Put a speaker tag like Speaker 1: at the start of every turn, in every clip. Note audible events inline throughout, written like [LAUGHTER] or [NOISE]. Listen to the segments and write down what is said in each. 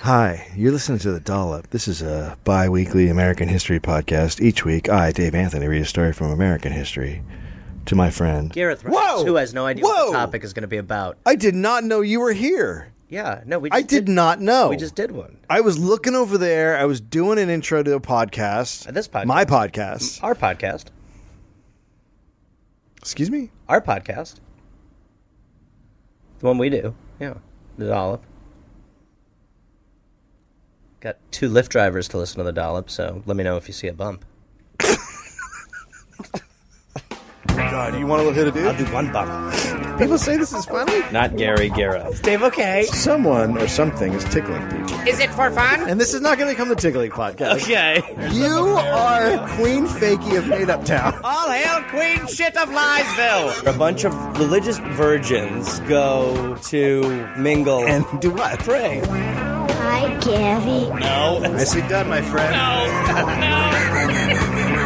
Speaker 1: Hi, you're listening to The Dollop. This is a bi weekly American history podcast. Each week, I, Dave Anthony, read a story from American history to my friend.
Speaker 2: Gareth Ross,
Speaker 1: Whoa!
Speaker 2: who has no idea what
Speaker 1: Whoa!
Speaker 2: the topic is going to be about.
Speaker 1: I did not know you were here.
Speaker 2: Yeah, no, we just
Speaker 1: I did not know.
Speaker 2: We just did one.
Speaker 1: I was looking over there. I was doing an intro to a Uh, podcast.
Speaker 2: This podcast.
Speaker 1: My podcast.
Speaker 2: Our podcast.
Speaker 1: Excuse me?
Speaker 2: Our podcast. The one we do. Yeah. The dollop. Got two lift drivers to listen to the dollop, so let me know if you see a bump.
Speaker 1: God, you want to hit a dude?
Speaker 2: one bump.
Speaker 1: People say this is funny.
Speaker 2: Not Gary Gareth. Dave, okay.
Speaker 1: Someone or something is tickling people.
Speaker 3: Is it for fun?
Speaker 1: And this is not going to become the tickling podcast.
Speaker 2: Okay.
Speaker 1: You are Queen Fakey of Made Up Town.
Speaker 2: All hail Queen Shit of Liesville! A bunch of religious virgins go to mingle
Speaker 1: And do what?
Speaker 2: pray.
Speaker 4: Hi, Gary.
Speaker 1: Nicely done, my friend. [LAUGHS]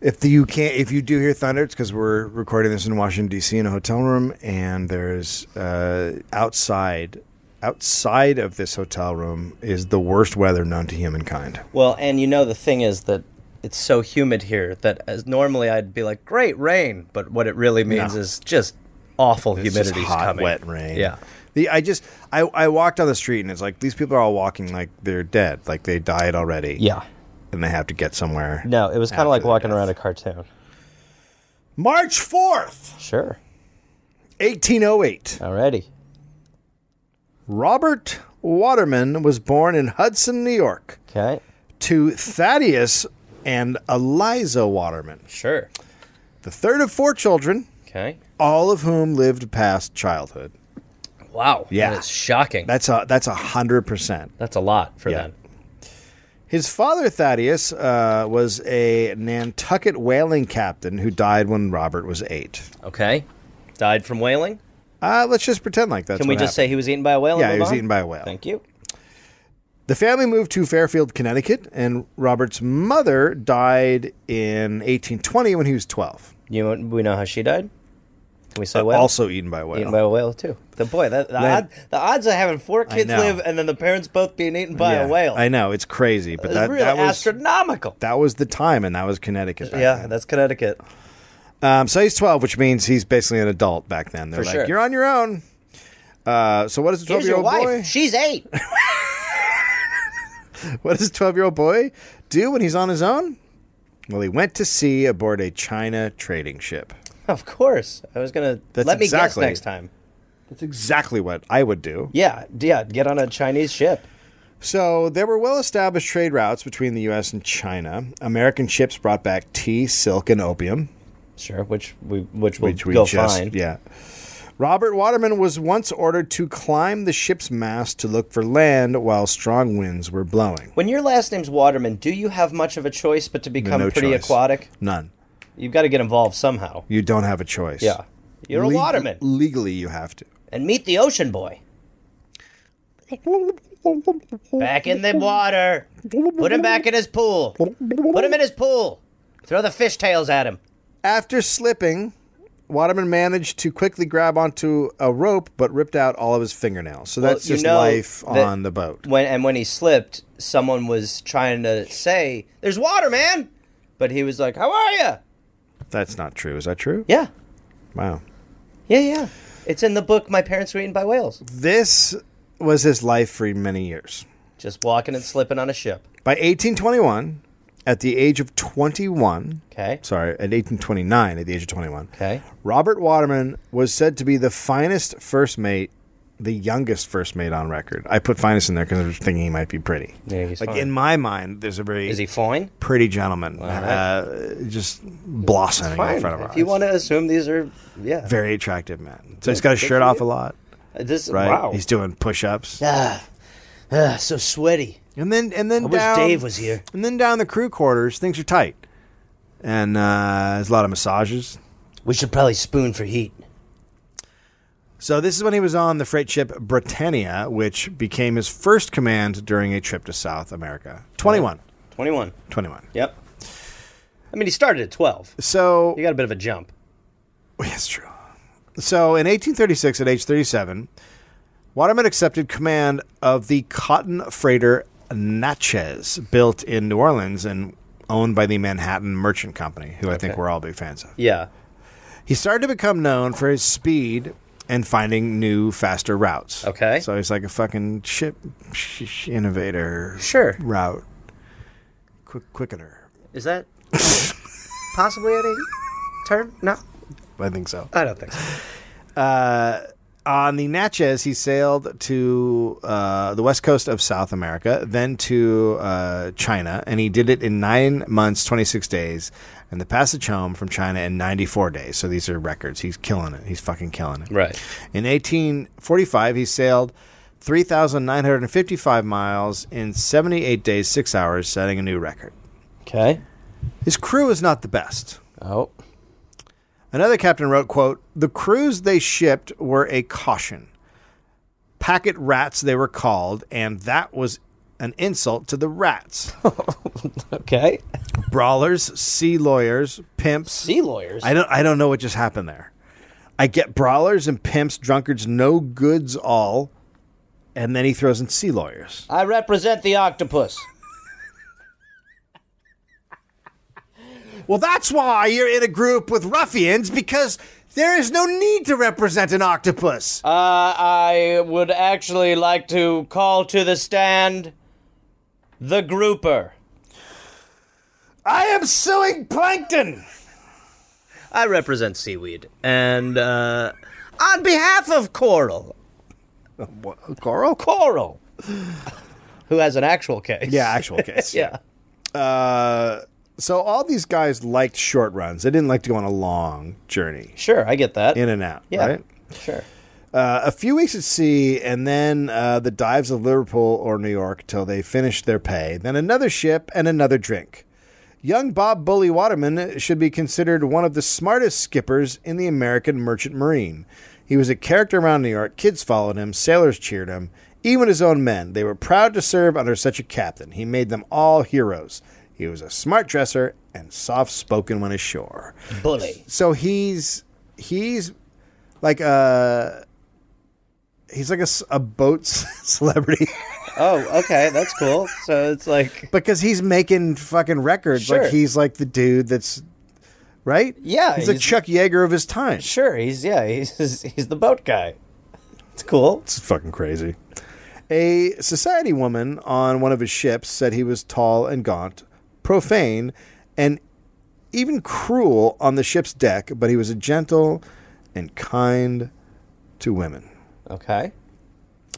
Speaker 1: If the, you can't, if you do hear thunder, it's because we're recording this in Washington D.C. in a hotel room, and there's uh, outside, outside of this hotel room is the worst weather known to humankind.
Speaker 2: Well, and you know the thing is that it's so humid here that as normally I'd be like, "Great rain," but what it really means
Speaker 1: No.
Speaker 2: is just awful
Speaker 1: It's just
Speaker 2: humidity
Speaker 1: hot,
Speaker 2: coming.
Speaker 1: wet rain.
Speaker 2: Yeah.
Speaker 1: The, I just I, I walked down the street and it's like these people are all walking like they're dead, like they died already.
Speaker 2: Yeah.
Speaker 1: and they have to get somewhere.
Speaker 2: No, it was kind of like
Speaker 1: their
Speaker 2: walking
Speaker 1: death.
Speaker 2: around a cartoon.
Speaker 1: March oh 4th,
Speaker 2: Sure.
Speaker 1: 1808.
Speaker 2: Alrighty.
Speaker 1: Robert Waterman was born in Hudson, New York,
Speaker 2: Okay.
Speaker 1: to Thaddeus and Eliza Waterman,
Speaker 2: Sure.
Speaker 1: the third of four children,
Speaker 2: Okay.
Speaker 1: all of whom lived past childhood.
Speaker 2: Wow.
Speaker 1: Yeah.
Speaker 2: That is shocking.
Speaker 1: That's a that's a hundred percent.
Speaker 2: That's a lot for
Speaker 1: Yeah.
Speaker 2: them.
Speaker 1: His father Thaddeus uh, was a Nantucket whaling captain who died when Robert was eight.
Speaker 2: Okay. Died from whaling.
Speaker 1: Uh, let's just pretend like that's
Speaker 2: Can we
Speaker 1: what
Speaker 2: just
Speaker 1: happened.
Speaker 2: say he was eaten by a whale? and
Speaker 1: Yeah, he
Speaker 2: move
Speaker 1: was
Speaker 2: on?
Speaker 1: eaten by a whale.
Speaker 2: Thank you.
Speaker 1: The family moved to Fairfield, Connecticut, and Robert's mother died in 1820 when he was 12.
Speaker 2: You know- we know how she died. Can we say whale?
Speaker 1: Also eaten by a whale.
Speaker 2: Eaten by a whale too. The boy, that, the,
Speaker 1: Then-
Speaker 2: odd, the odds of having four kids
Speaker 1: know.
Speaker 2: live and then the parents both being eaten by
Speaker 1: Yeah,
Speaker 2: a whale.
Speaker 1: I know it's crazy, but
Speaker 2: It's
Speaker 1: that,
Speaker 2: really
Speaker 1: that was
Speaker 2: astronomical.
Speaker 1: that was the time, and that was Connecticut. Back
Speaker 2: yeah,
Speaker 1: then.
Speaker 2: that's Connecticut.
Speaker 1: Um, so he's 12, which means he's basically an adult back then. They're
Speaker 2: For
Speaker 1: like,
Speaker 2: sure.
Speaker 1: "You're on your own." Uh, so what does a 12
Speaker 2: Here's
Speaker 1: year
Speaker 2: your
Speaker 1: old
Speaker 2: wife.
Speaker 1: boy?
Speaker 2: She's
Speaker 1: [LAUGHS]
Speaker 2: eight.
Speaker 1: What does a 12 year old boy do when he's on his own? Well, he went to sea aboard a China trading ship.
Speaker 2: of course. I was gonna
Speaker 1: That's
Speaker 2: let me
Speaker 1: exactly-
Speaker 2: guess next time.
Speaker 1: That's exactly what I would do.
Speaker 2: Yeah, d- yeah. Get on a Chinese ship.
Speaker 1: So there were well established trade routes between the U.S. and China. American ships brought back tea, silk, and opium,
Speaker 2: Sure, which we which will
Speaker 1: which we
Speaker 2: go
Speaker 1: just
Speaker 2: fine.
Speaker 1: yeah. Robert Waterman was once ordered to climb the ship's mast to look for land while strong winds were blowing.
Speaker 2: When your last name's Waterman, do you have much of a choice but to become
Speaker 1: no
Speaker 2: pretty
Speaker 1: choice.
Speaker 2: aquatic?
Speaker 1: None.
Speaker 2: You've got to get involved somehow.
Speaker 1: You don't have a choice.
Speaker 2: Yeah, you're
Speaker 1: Le-
Speaker 2: a waterman,
Speaker 1: Legally, you have to.
Speaker 2: and meet the ocean boy. Back in the water. Put him back in his pool. Put him in his pool. Throw the fishtails at him.
Speaker 1: After slipping, Waterman managed to quickly grab onto a rope, but ripped out all of his fingernails. So that's
Speaker 2: you
Speaker 1: just
Speaker 2: know
Speaker 1: life
Speaker 2: that-
Speaker 1: on the boat.
Speaker 2: When and when he slipped, someone was trying to say, "There's water, man," but he was like, "How are you?"
Speaker 1: That's not true. Is that true?
Speaker 2: Yeah,
Speaker 1: Wow.
Speaker 2: yeah, yeah. It's in the book. My parents were eaten by whales.
Speaker 1: This was his life for many years.
Speaker 2: Just walking and slipping on a ship.
Speaker 1: By 1821, at the age of 21,
Speaker 2: Okay.
Speaker 1: sorry, at 1829, at the age of 21,
Speaker 2: Okay.
Speaker 1: Robert Waterman was said to be the finest first mate, the youngest first mate on record. I put finest in there because I was thinking he might be pretty.
Speaker 2: Yeah, he's
Speaker 1: like
Speaker 2: fine.
Speaker 1: in my mind, there's a very
Speaker 2: Is he fine?
Speaker 1: pretty gentleman,
Speaker 2: right.
Speaker 1: uh, just blossoming in front of us.
Speaker 2: If you want to assume these are, yeah.
Speaker 1: very attractive man. So he's got his shirt off a lot,
Speaker 2: This
Speaker 1: right?
Speaker 2: wow.
Speaker 1: He's doing push-ups,
Speaker 2: ah, ah, so sweaty.
Speaker 1: and then and then
Speaker 2: I wish
Speaker 1: down-
Speaker 2: Dave was here.
Speaker 1: And then down the crew quarters, things are tight. And uh, there's a lot of massages.
Speaker 2: We should probably spoon for heat.
Speaker 1: So this is when he was on the freight ship Britannia, which became his first command during a trip to South America. 21.
Speaker 2: 21.
Speaker 1: 21.
Speaker 2: Yep. I mean, he started at 12.
Speaker 1: So,
Speaker 2: You got a bit of a jump.
Speaker 1: that's true. So in 1836, at age 37, Waterman accepted command of the cotton freighter Natchez, built in New Orleans and owned by the Manhattan Merchant Company, who I think we're all big fans of.
Speaker 2: Yeah.
Speaker 1: He started to become known for his speed and finding new, faster routes.
Speaker 2: Okay.
Speaker 1: So he's like a fucking ship sh- sh- innovator.
Speaker 2: Sure.
Speaker 1: Route. Quick, quickener.
Speaker 2: Is that [LAUGHS] possibly any term? No,
Speaker 1: I think so.
Speaker 2: I don't think so.
Speaker 1: on the Natchez, he sailed to uh, the west coast of South America, then to uh, China, and he did it in nine months, 26 days, and the passage home from China in 94 days. So these are records. He's killing it. He's fucking killing it.
Speaker 2: Right.
Speaker 1: In 1845, he sailed 3,955 miles in 78 days, six hours, setting a new record.
Speaker 2: Okay.
Speaker 1: His crew is not the best.
Speaker 2: Oh.
Speaker 1: Another captain wrote, quote, The crews they shipped were a caution. Packet rats they were called, and that was an insult to the [LAUGHS] rats.
Speaker 2: Okay.
Speaker 1: Brawlers, sea lawyers, pimps.
Speaker 2: Sea lawyers.
Speaker 1: I don't I don't know what just happened there. I get brawlers and pimps, drunkards, no goods all, and then he throws in sea lawyers.
Speaker 2: I represent the octopus.
Speaker 1: Well, that's why you're in a group with ruffians, because there is no need to represent an octopus.
Speaker 2: Uh, I would actually like to call to the stand the grouper.
Speaker 1: I am suing plankton.
Speaker 2: I represent seaweed, and uh, on behalf of Coral,
Speaker 1: What, Coral?
Speaker 2: Coral, who has an actual case.
Speaker 1: Yeah, actual
Speaker 2: [LAUGHS]
Speaker 1: case.
Speaker 2: Yeah.
Speaker 1: So all these guys liked short runs. They didn't like to go on a long journey,
Speaker 2: Sure, I get that.
Speaker 1: in and out.
Speaker 2: yeah.
Speaker 1: Right.
Speaker 2: Sure.
Speaker 1: Uh, a few weeks at sea, and then uh, the dives of Liverpool or New York till they finished their pay. Then another ship and another drink. Young Bob Bully Waterman should be considered one of the smartest skippers in the American Merchant Marine. He was a character around New York. Kids followed him, sailors cheered him, even his own men. They were proud to serve under such a captain. He made them all heroes. He was a smart dresser and soft spoken when ashore
Speaker 2: Bully.
Speaker 1: so he's he's like a he's like a, s- a boat [LAUGHS] celebrity [LAUGHS]
Speaker 2: Oh, okay, that's cool. So it's like,
Speaker 1: because he's making fucking records
Speaker 2: Sure.
Speaker 1: like he's like the dude that's right
Speaker 2: Yeah,
Speaker 1: he's, the
Speaker 2: he's-
Speaker 1: chuck yeager of his time
Speaker 2: sure, he's yeah, he's he's the boat guy. It's cool.
Speaker 1: it's fucking crazy a society woman on one of his ships said he was tall and gaunt profane and even cruel on the ship's deck but he was a gentle and kind to women
Speaker 2: Okay.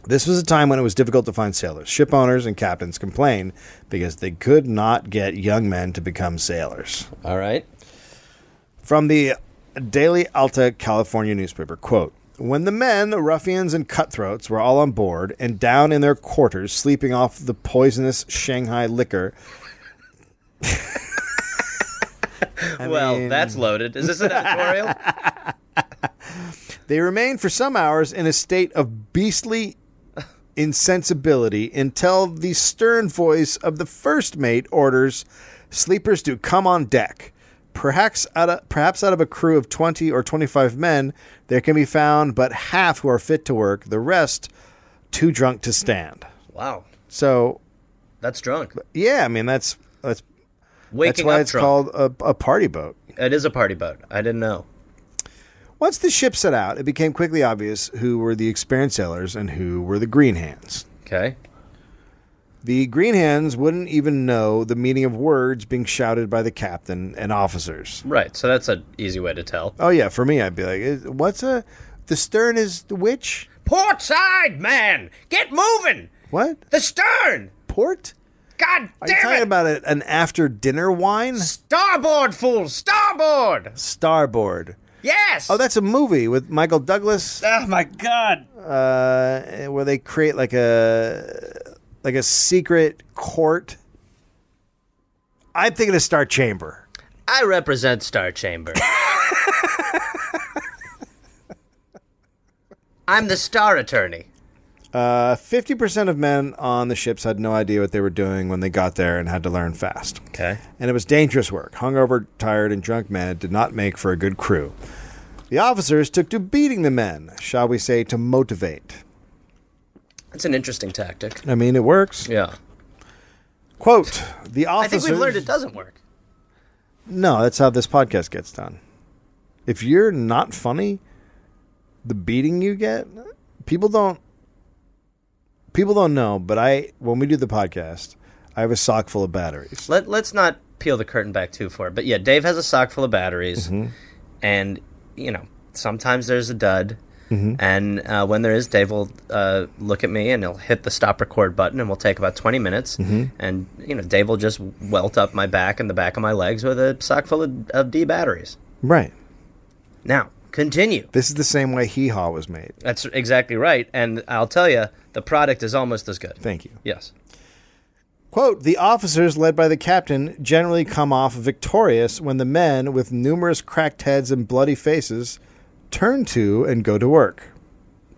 Speaker 1: This was a time when it was difficult to find sailors. Ship owners and captains complained because they could not get young men to become sailors.
Speaker 2: All right.
Speaker 1: From the Daily Alta California newspaper, quote, when the men, ruffians, and cutthroats were all on board and down in their quarters, sleeping off the poisonous Shanghai liquor. I
Speaker 2: well,
Speaker 1: mean-
Speaker 2: that's loaded. Is this
Speaker 1: [LAUGHS]
Speaker 2: an editorial?
Speaker 1: They remained for some hours in a state of beastly insensibility until the stern voice of the first mate orders sleepers to come on deck. Perhaps out of, perhaps out of a crew of 20 or 25 men, there can be found but half who are fit to work, the rest too drunk to stand.
Speaker 2: wow,
Speaker 1: So,
Speaker 2: that's drunk.
Speaker 1: yeah, I mean that's that's that's
Speaker 2: Waking
Speaker 1: why
Speaker 2: up
Speaker 1: it's
Speaker 2: drunk.
Speaker 1: called a, a party boat.
Speaker 2: It is a party boat. I didn't know.
Speaker 1: Once the ship set out, it became quickly obvious who were the experienced sailors and who were the green hands.
Speaker 2: Okay.
Speaker 1: The green hands wouldn't even know the meaning of words being shouted by the captain and officers.
Speaker 2: Right. So that's an easy way to tell.
Speaker 1: Oh yeah, for me I'd be like, "Eh, "What's a the stern is the which?
Speaker 2: Port side, man. Get moving.
Speaker 1: What
Speaker 2: The stern.
Speaker 1: port?
Speaker 2: God
Speaker 1: Are you talking about a, an after dinner wine?
Speaker 2: Starboard, fool. Starboard.
Speaker 1: Starboard.
Speaker 2: Yes.
Speaker 1: Oh, that's a movie with Michael Douglas,
Speaker 2: Oh my God.
Speaker 1: uh, where they create like a like a secret court. I'm thinking of Star Chamber.
Speaker 2: I represent Star Chamber. [LAUGHS] I'm the star attorney.
Speaker 1: Fifty percent of men on the ships had no idea what they were doing when they got there and had to learn fast.
Speaker 2: Okay.
Speaker 1: And it was dangerous work. Hungover, tired, and drunk men did not make for a good crew. The officers took to beating the men, shall we say, to motivate.
Speaker 2: That's an interesting tactic.
Speaker 1: I mean, it works.
Speaker 2: Yeah.
Speaker 1: Quote, the
Speaker 2: I
Speaker 1: officers.
Speaker 2: think we've learned it doesn't work.
Speaker 1: No, that's how this podcast gets done. If you're not funny, the beating you get, people don't people don't know, but I when we do the podcast, I have a sock full of batteries.
Speaker 2: Let Let's not peel the curtain back too far. But yeah, Dave has a sock full of batteries, and you know sometimes there's a dud. And uh, when there is, Dave will uh, look at me and he'll hit the stop record button, and we'll take about twenty minutes. And you know, Dave will just welt up my back and the back of my legs with a sock full of, of D batteries.
Speaker 1: Right.
Speaker 2: Now continue.
Speaker 1: This is the same way hee haw was made.
Speaker 2: That's exactly right. And I'll tell you, the product is almost as good.
Speaker 1: Thank you.
Speaker 2: Yes.
Speaker 1: Quote, the officers led by the captain generally come off victorious when the men with numerous cracked heads and bloody faces turn to and go to work.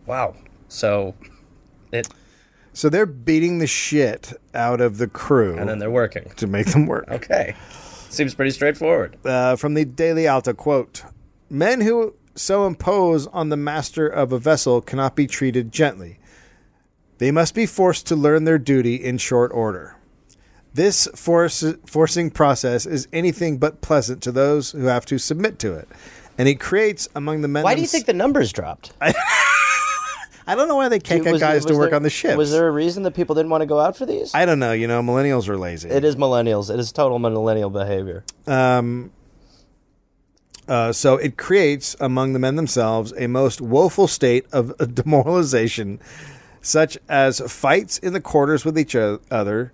Speaker 2: Wow. So it
Speaker 1: So they're beating the shit out of the crew
Speaker 2: and then they're working.
Speaker 1: to make them work.
Speaker 2: Okay. Seems pretty straightforward.
Speaker 1: uh, from the Daily Alta quote Men who so impose on the master of a vessel cannot be treated gently. They must be forced to learn their duty in short order. This force, forcing process is anything but pleasant to those who have to submit to it, and it creates among the men.
Speaker 5: Why do you
Speaker 1: thems-
Speaker 5: think the numbers dropped?
Speaker 1: I don't know why they can't get
Speaker 5: Was-
Speaker 1: guys to
Speaker 5: was
Speaker 1: work
Speaker 5: there-
Speaker 1: on the ships.
Speaker 5: Was there a reason that people didn't want to go out for these?
Speaker 1: I don't know. You know, millennials are lazy.
Speaker 5: it is millennials. It is total millennial behavior.
Speaker 1: Uh, so it creates among the men themselves a most woeful state of [LAUGHS] demoralization, such as fights in the quarters with each o- other,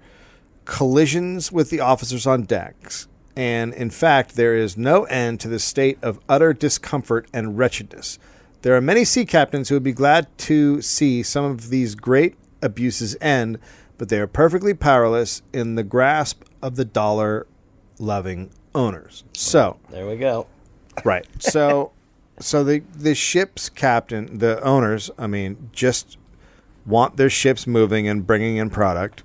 Speaker 1: collisions with the officers on decks, and in fact, there is no end to this state of utter discomfort and wretchedness. There are many sea captains who would be glad to see some of these great abuses end, but they are perfectly powerless in the grasp of the dollar loving owners. So.
Speaker 5: There we go.
Speaker 1: Right. [LAUGHS] So, so the the ship's captain, the owners, I mean, just want their ships moving and bringing in product,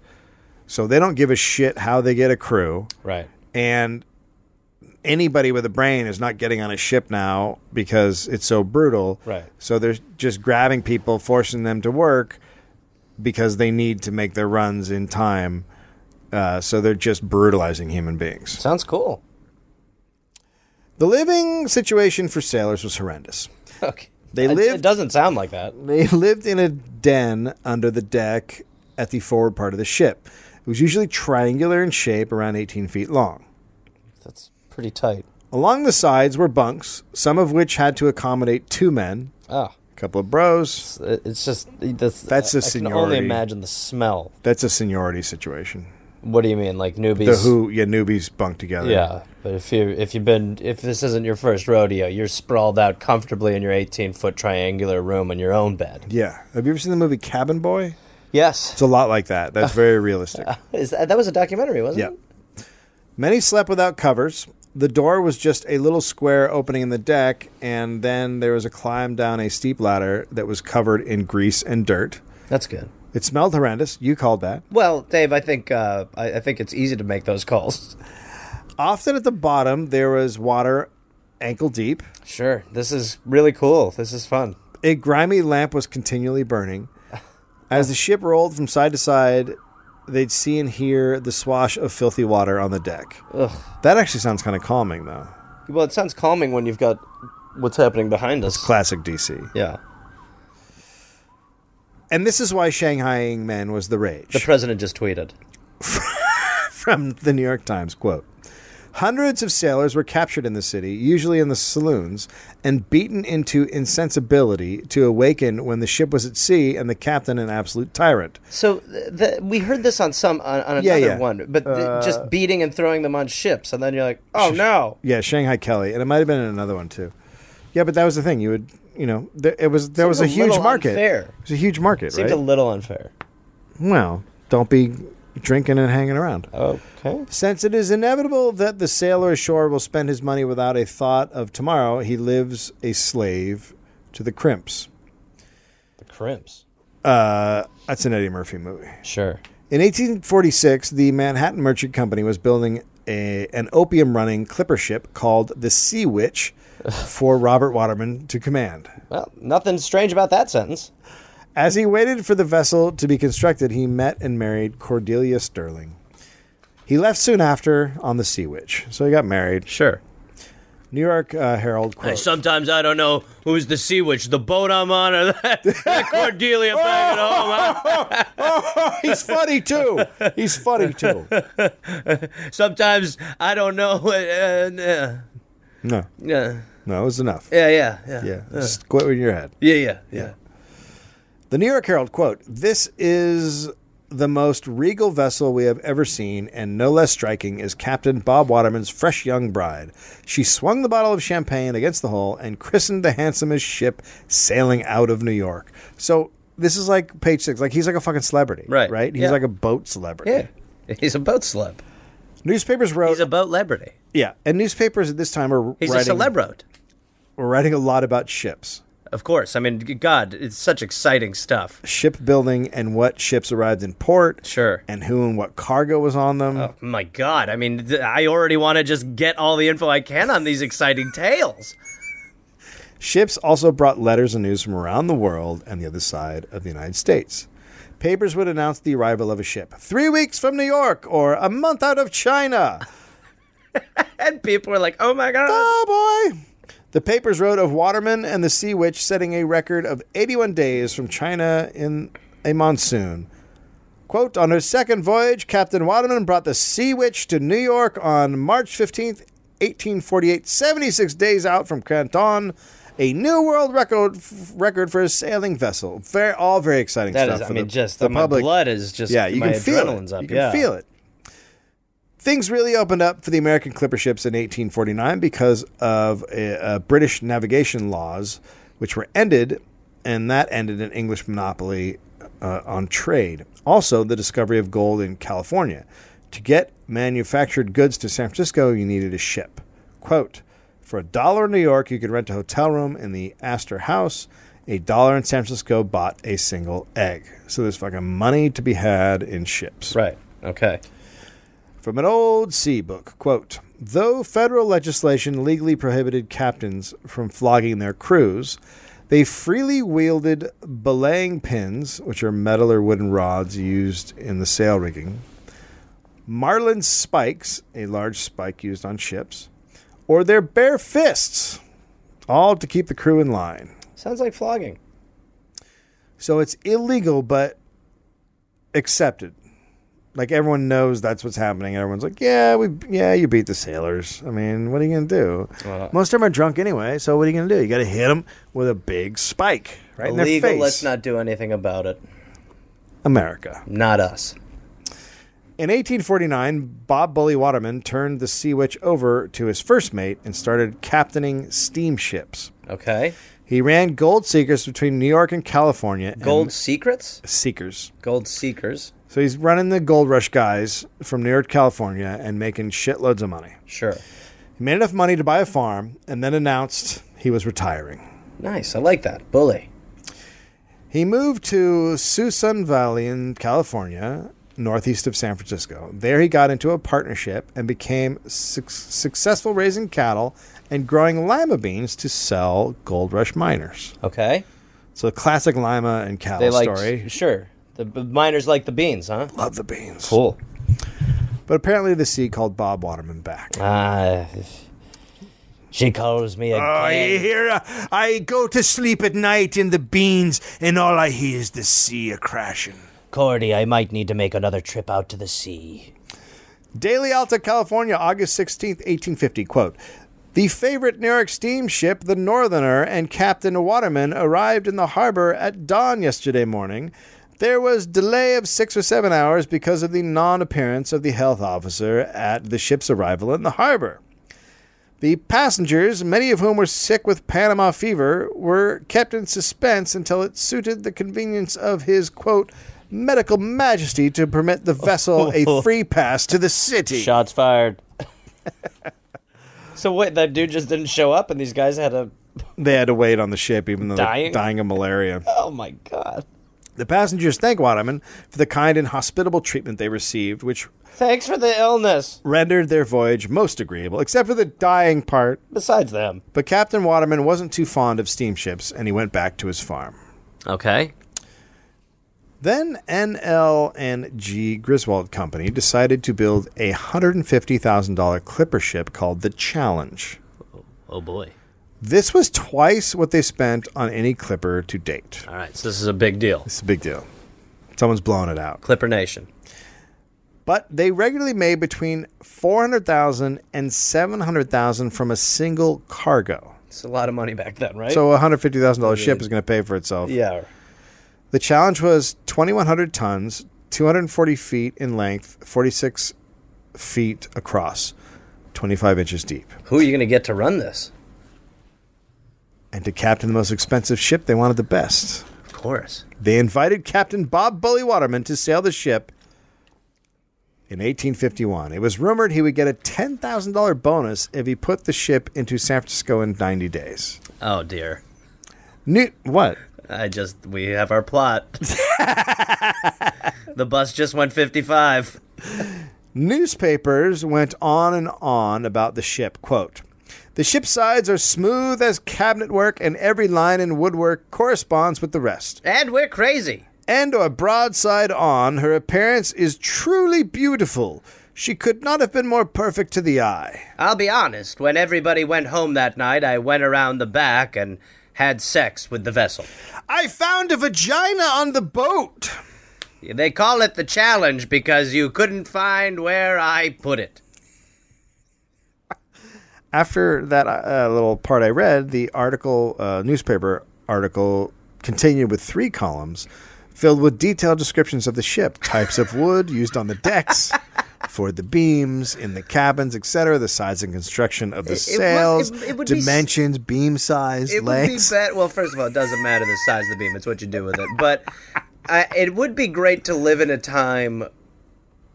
Speaker 1: so they don't give a shit how they get a crew,
Speaker 5: Right.
Speaker 1: and anybody with a brain is not getting on a ship now because it's so brutal.
Speaker 5: Right.
Speaker 1: So they're just grabbing people, forcing them to work because they need to make their runs in time. Uh, so they're just brutalizing human beings.
Speaker 5: Sounds cool. [LAUGHS]
Speaker 1: The living situation for sailors was horrendous.
Speaker 5: Okay.
Speaker 1: They
Speaker 5: It,
Speaker 1: lived
Speaker 5: it doesn't sound like that.
Speaker 1: They [LAUGHS] lived in a den under the deck at the forward part of the ship. It was usually triangular in shape, around 18 feet long.
Speaker 5: That's pretty tight.
Speaker 1: Along the sides were bunks, some of which had to accommodate two men,
Speaker 5: Oh,
Speaker 1: a couple of bros.
Speaker 5: it's- it's just that's.
Speaker 1: That's a
Speaker 5: I can only
Speaker 1: seniority.
Speaker 5: imagine the smell.
Speaker 1: That's a seniority situation.
Speaker 5: What do you mean, like newbies?
Speaker 1: The who, yeah, newbies bunk together.
Speaker 5: Yeah, but if you if you've been if this isn't your first rodeo, you're sprawled out comfortably in your 18 foot triangular room in your own bed.
Speaker 1: Yeah. Have you ever seen the movie Cabin Boy?
Speaker 5: Yes,
Speaker 1: It's a lot like that. That's very realistic.
Speaker 5: is that, that was a documentary, wasn't
Speaker 1: Yeah.
Speaker 5: it?
Speaker 1: Many slept without covers. The door was just a little square opening in the deck, and then there was a climb down a steep ladder that was covered in grease and dirt.
Speaker 5: That's good.
Speaker 1: It smelled horrendous. You called that.
Speaker 5: Well, Dave, I think uh, I, I think it's easy to make those calls.
Speaker 1: Often at the bottom, there was water ankle deep.
Speaker 5: Sure, this is really cool. This is fun.
Speaker 1: A grimy lamp was continually burning. As the ship rolled from side to side, they'd see and hear the swash of filthy water on the deck. That actually sounds kind of calming, though.
Speaker 5: Well, it sounds calming when you've got what's happening behind us.
Speaker 1: Classic DC.
Speaker 5: yeah,
Speaker 1: And this is why Shanghaiing men was the rage. [LAUGHS]
Speaker 5: the president just tweeted.
Speaker 1: from the New York Times quote. Hundreds of sailors were captured in the city, usually in the saloons, and beaten into insensibility to awaken when the ship was at sea and the captain an absolute tyrant.
Speaker 5: So th the, we heard this on some on, on another
Speaker 1: Yeah, yeah.
Speaker 5: one, but th- just beating and throwing them on ships, and then you're like, oh no.
Speaker 1: Yeah, Shanghai Kelly, and it might have been in another one too. Yeah, but that was the thing. You would, you know, there, it was there was a,
Speaker 5: a
Speaker 1: huge
Speaker 5: little
Speaker 1: market.
Speaker 5: unfair.
Speaker 1: It was a huge market,
Speaker 5: Seems
Speaker 1: right?
Speaker 5: a little unfair.
Speaker 1: well, don't be drinking and hanging around.
Speaker 5: Okay.
Speaker 1: Since it is inevitable that the sailor ashore will spend his money without a thought of tomorrow, he lives a slave to the crimps.
Speaker 5: The crimps.
Speaker 1: That's an Eddie Murphy movie.
Speaker 5: Sure.
Speaker 1: In 1846, the Manhattan Merchant Company was building a, an opium running clipper ship called the Sea Witch for Robert Waterman to command.
Speaker 2: Well, nothing strange about that sentence.
Speaker 1: As he waited for the vessel to be constructed, he met and married Cordelia Sterling. He left soon after on the Sea Witch, so he got married.
Speaker 2: Sure.
Speaker 1: New York uh, Herald quote.
Speaker 2: Sometimes I don't know who's the sea witch, the boat I'm on, or [LAUGHS] that, that Cordelia back at home.
Speaker 1: He's funny too. He's funny too.
Speaker 2: Sometimes I don't know. Uh,
Speaker 1: [LAUGHS] No,
Speaker 2: yeah,
Speaker 1: no, it was enough.
Speaker 2: yeah, yeah, yeah, Uh,
Speaker 1: Yeah, just quit with your head.
Speaker 2: yeah, yeah, yeah.
Speaker 1: The New York Herald quote This is the most regal vessel we have ever seen, and no less striking is Captain Bob Waterman's fresh young bride. She swung the bottle of champagne against the hull and christened the handsomest ship sailing out of New York. So this is like page six. Like he's like a fucking celebrity.
Speaker 2: Right.
Speaker 1: Right? He's
Speaker 2: Yeah.
Speaker 1: like a boat celebrity.
Speaker 2: Yeah. He's a boat celeb.
Speaker 1: Newspapers wrote
Speaker 2: He's a boat celebrity.
Speaker 1: Yeah. And newspapers at this time are
Speaker 2: He's
Speaker 1: writing
Speaker 2: a celebrote.
Speaker 1: were writing a lot about ships.
Speaker 2: Of course. I mean, g- God, it's such exciting stuff.
Speaker 1: Shipbuilding and what ships arrived in port.
Speaker 2: Sure. Oh.
Speaker 1: And who and what cargo was on them.
Speaker 2: My God, I mean, th- I already want to just get all the info I can on these exciting tales.
Speaker 1: Ships also brought letters and news from around the world and the other side of the United States. Papers would announce the arrival of a ship three weeks from New York or a month out of China.
Speaker 2: And people are like, oh my God.
Speaker 1: Oh boy! The papers wrote of Waterman and the Sea Witch setting a record of 81 days from China in a monsoon. Quote On her second voyage, Captain Waterman brought the Sea Witch to New York on March 15th, 1848, 76 days out from Canton. A new world record f- record for a sailing vessel. Very, all very exciting
Speaker 2: That
Speaker 1: stuff.
Speaker 2: is, I
Speaker 1: for
Speaker 2: mean,
Speaker 1: the,
Speaker 2: just
Speaker 1: the
Speaker 2: my
Speaker 1: public.
Speaker 2: blood is just,
Speaker 1: Yeah, you
Speaker 2: my
Speaker 1: can feel
Speaker 2: adrenaline's
Speaker 1: it.
Speaker 2: up.
Speaker 1: You can
Speaker 2: yeah.
Speaker 1: feel it. Things really opened up for the American clipper ships in 1849 because of uh, uh, British navigation laws, which were ended, and that ended an English monopoly uh, on trade. Also, the discovery of gold in California. To get manufactured goods to San Francisco, you needed a ship. Quote, for a dollar in New York, you could rent a hotel room in the Astor House. A dollar in San Francisco bought a single egg. So there's fucking money to be had in ships
Speaker 2: Right. Okay.
Speaker 1: from an old sea book quote though federal legislation legally prohibited captains from flogging their crews they freely wielded belaying pins which are metal or wooden rods used in the sail rigging marlin spikes a large spike used on ships or their bare fists all to keep the crew in line
Speaker 2: Sounds like flogging.
Speaker 1: so it's illegal, but accepted. Like everyone knows that's what's happening. Everyone's like, "Yeah, we, yeah, you beat the sailors." I mean, what are you gonna do? Most of them are drunk anyway, so what are you gonna do? You got to hit them with a big spike right in
Speaker 2: Illegal.
Speaker 1: their face.
Speaker 2: Let's not do anything about it.
Speaker 1: America.
Speaker 2: Not us.
Speaker 1: In 1849, Bob Bully Waterman turned the Sea Witch over to his first mate and started captaining steamships.
Speaker 2: Okay.
Speaker 1: He ran gold seekers between New York and California. and-
Speaker 2: Gold secrets.
Speaker 1: seekers.
Speaker 2: Gold seekers.
Speaker 1: So he's running the gold rush guys from New York, California, and making shitloads of money.
Speaker 2: Sure.
Speaker 1: He made enough money to buy a farm and then announced he was retiring.
Speaker 2: Nice. I like that. Bully.
Speaker 1: He moved to Suisun Valley in California, northeast of San Francisco. There he got into a partnership and became suc successful raising cattle and growing lima beans to sell gold rush miners.
Speaker 2: Okay.
Speaker 1: So classic lima and cattle
Speaker 2: They like
Speaker 1: story.
Speaker 2: sure. The b- miners like the beans, huh?
Speaker 1: Love the beans.
Speaker 2: Cool.
Speaker 1: But apparently the sea called Bob Waterman back.
Speaker 2: Uh, she calls me again.
Speaker 1: I hear, uh, I go to sleep at night in the beans, and all I hear is the sea a crashing.
Speaker 5: Cordy, I might need to make another trip out to the sea.
Speaker 1: Daily Alta, California, August 16th, 1850. Quote The favorite New York steamship, the Northerner, and Captain Waterman arrived in the harbor at dawn yesterday morning. There was delay of six or seven hours because of the non appearance of the health officer at the ship's arrival in the harbor. The passengers, many of whom were sick with Panama fever, were kept in suspense until it suited the convenience of his, quote, medical majesty to permit the vessel a free pass to the city.
Speaker 2: Shots fired. [LAUGHS] so what? That dude just didn't show up, and these guys had a.
Speaker 1: They had to wait on the ship even though
Speaker 2: Dying?
Speaker 1: they're dying of malaria.
Speaker 2: Oh my god.
Speaker 1: The passengers thank Waterman for the kind and hospitable treatment they received, which
Speaker 5: Thanks for the illness.
Speaker 1: rendered their voyage most agreeable, except for the dying part.
Speaker 5: Besides them.
Speaker 1: But Captain Waterman wasn't too fond of steamships, and he went back to his farm.
Speaker 2: Okay.
Speaker 1: Then NL and G Griswold Company decided to build a $150,000 clipper ship called the Challenge.
Speaker 2: Oh boy.
Speaker 1: This was twice what they spent on any clipper to date.
Speaker 2: All right. So this is a big deal.
Speaker 1: It's a big deal. Someone's blowing it out.
Speaker 2: Clipper Nation.
Speaker 1: But they regularly made between 400,000 and 700,000 from a single cargo.
Speaker 2: It's a lot of money back then, right?
Speaker 1: So a $150,000 ship is going to pay for itself.
Speaker 2: yeah.
Speaker 1: The challenge was 2,100 tons, 240 feet in length, 46 feet across, 25 inches deep.
Speaker 2: Who are you going to get to run this?
Speaker 1: And to captain the most expensive ship, they wanted the best.
Speaker 2: Of course.
Speaker 1: They invited Captain Bob Bully Waterman to sail the ship in 1851. It was rumored he would get a $10,000 bonus if he put the ship into San Francisco in 90 days.
Speaker 2: Oh dear.
Speaker 1: New- what?
Speaker 2: I just we have our plot. [LAUGHS] the bus just went 55.
Speaker 1: Newspapers went on and on about the ship. Quote, the ship's sides are smooth as cabinet work, and every line and woodwork corresponds with the rest.
Speaker 2: And we're crazy.
Speaker 1: and or broadside on, her appearance is truly beautiful. She could not have been more perfect to the eye.
Speaker 2: I'll be honest, when everybody went home that night, I went around the back and had sex with the vessel.
Speaker 1: I found a vagina on the boat.
Speaker 2: They call it the challenge because you couldn't find where I put it.
Speaker 1: After that uh, little part I read, the article, uh, newspaper article, continued with three columns filled with detailed descriptions of the ship, types of wood used on the
Speaker 2: [LAUGHS]
Speaker 1: decks. For the beams in the cabins, etc., the size and construction of the
Speaker 2: it
Speaker 1: sails,
Speaker 2: must- it- it would be s-
Speaker 1: dimensions, beam size,
Speaker 2: It would be
Speaker 1: lengths.
Speaker 2: bet. Well, first of all, it doesn't matter the size of the beam; it's what you do with it. But I, it would be great to live in a time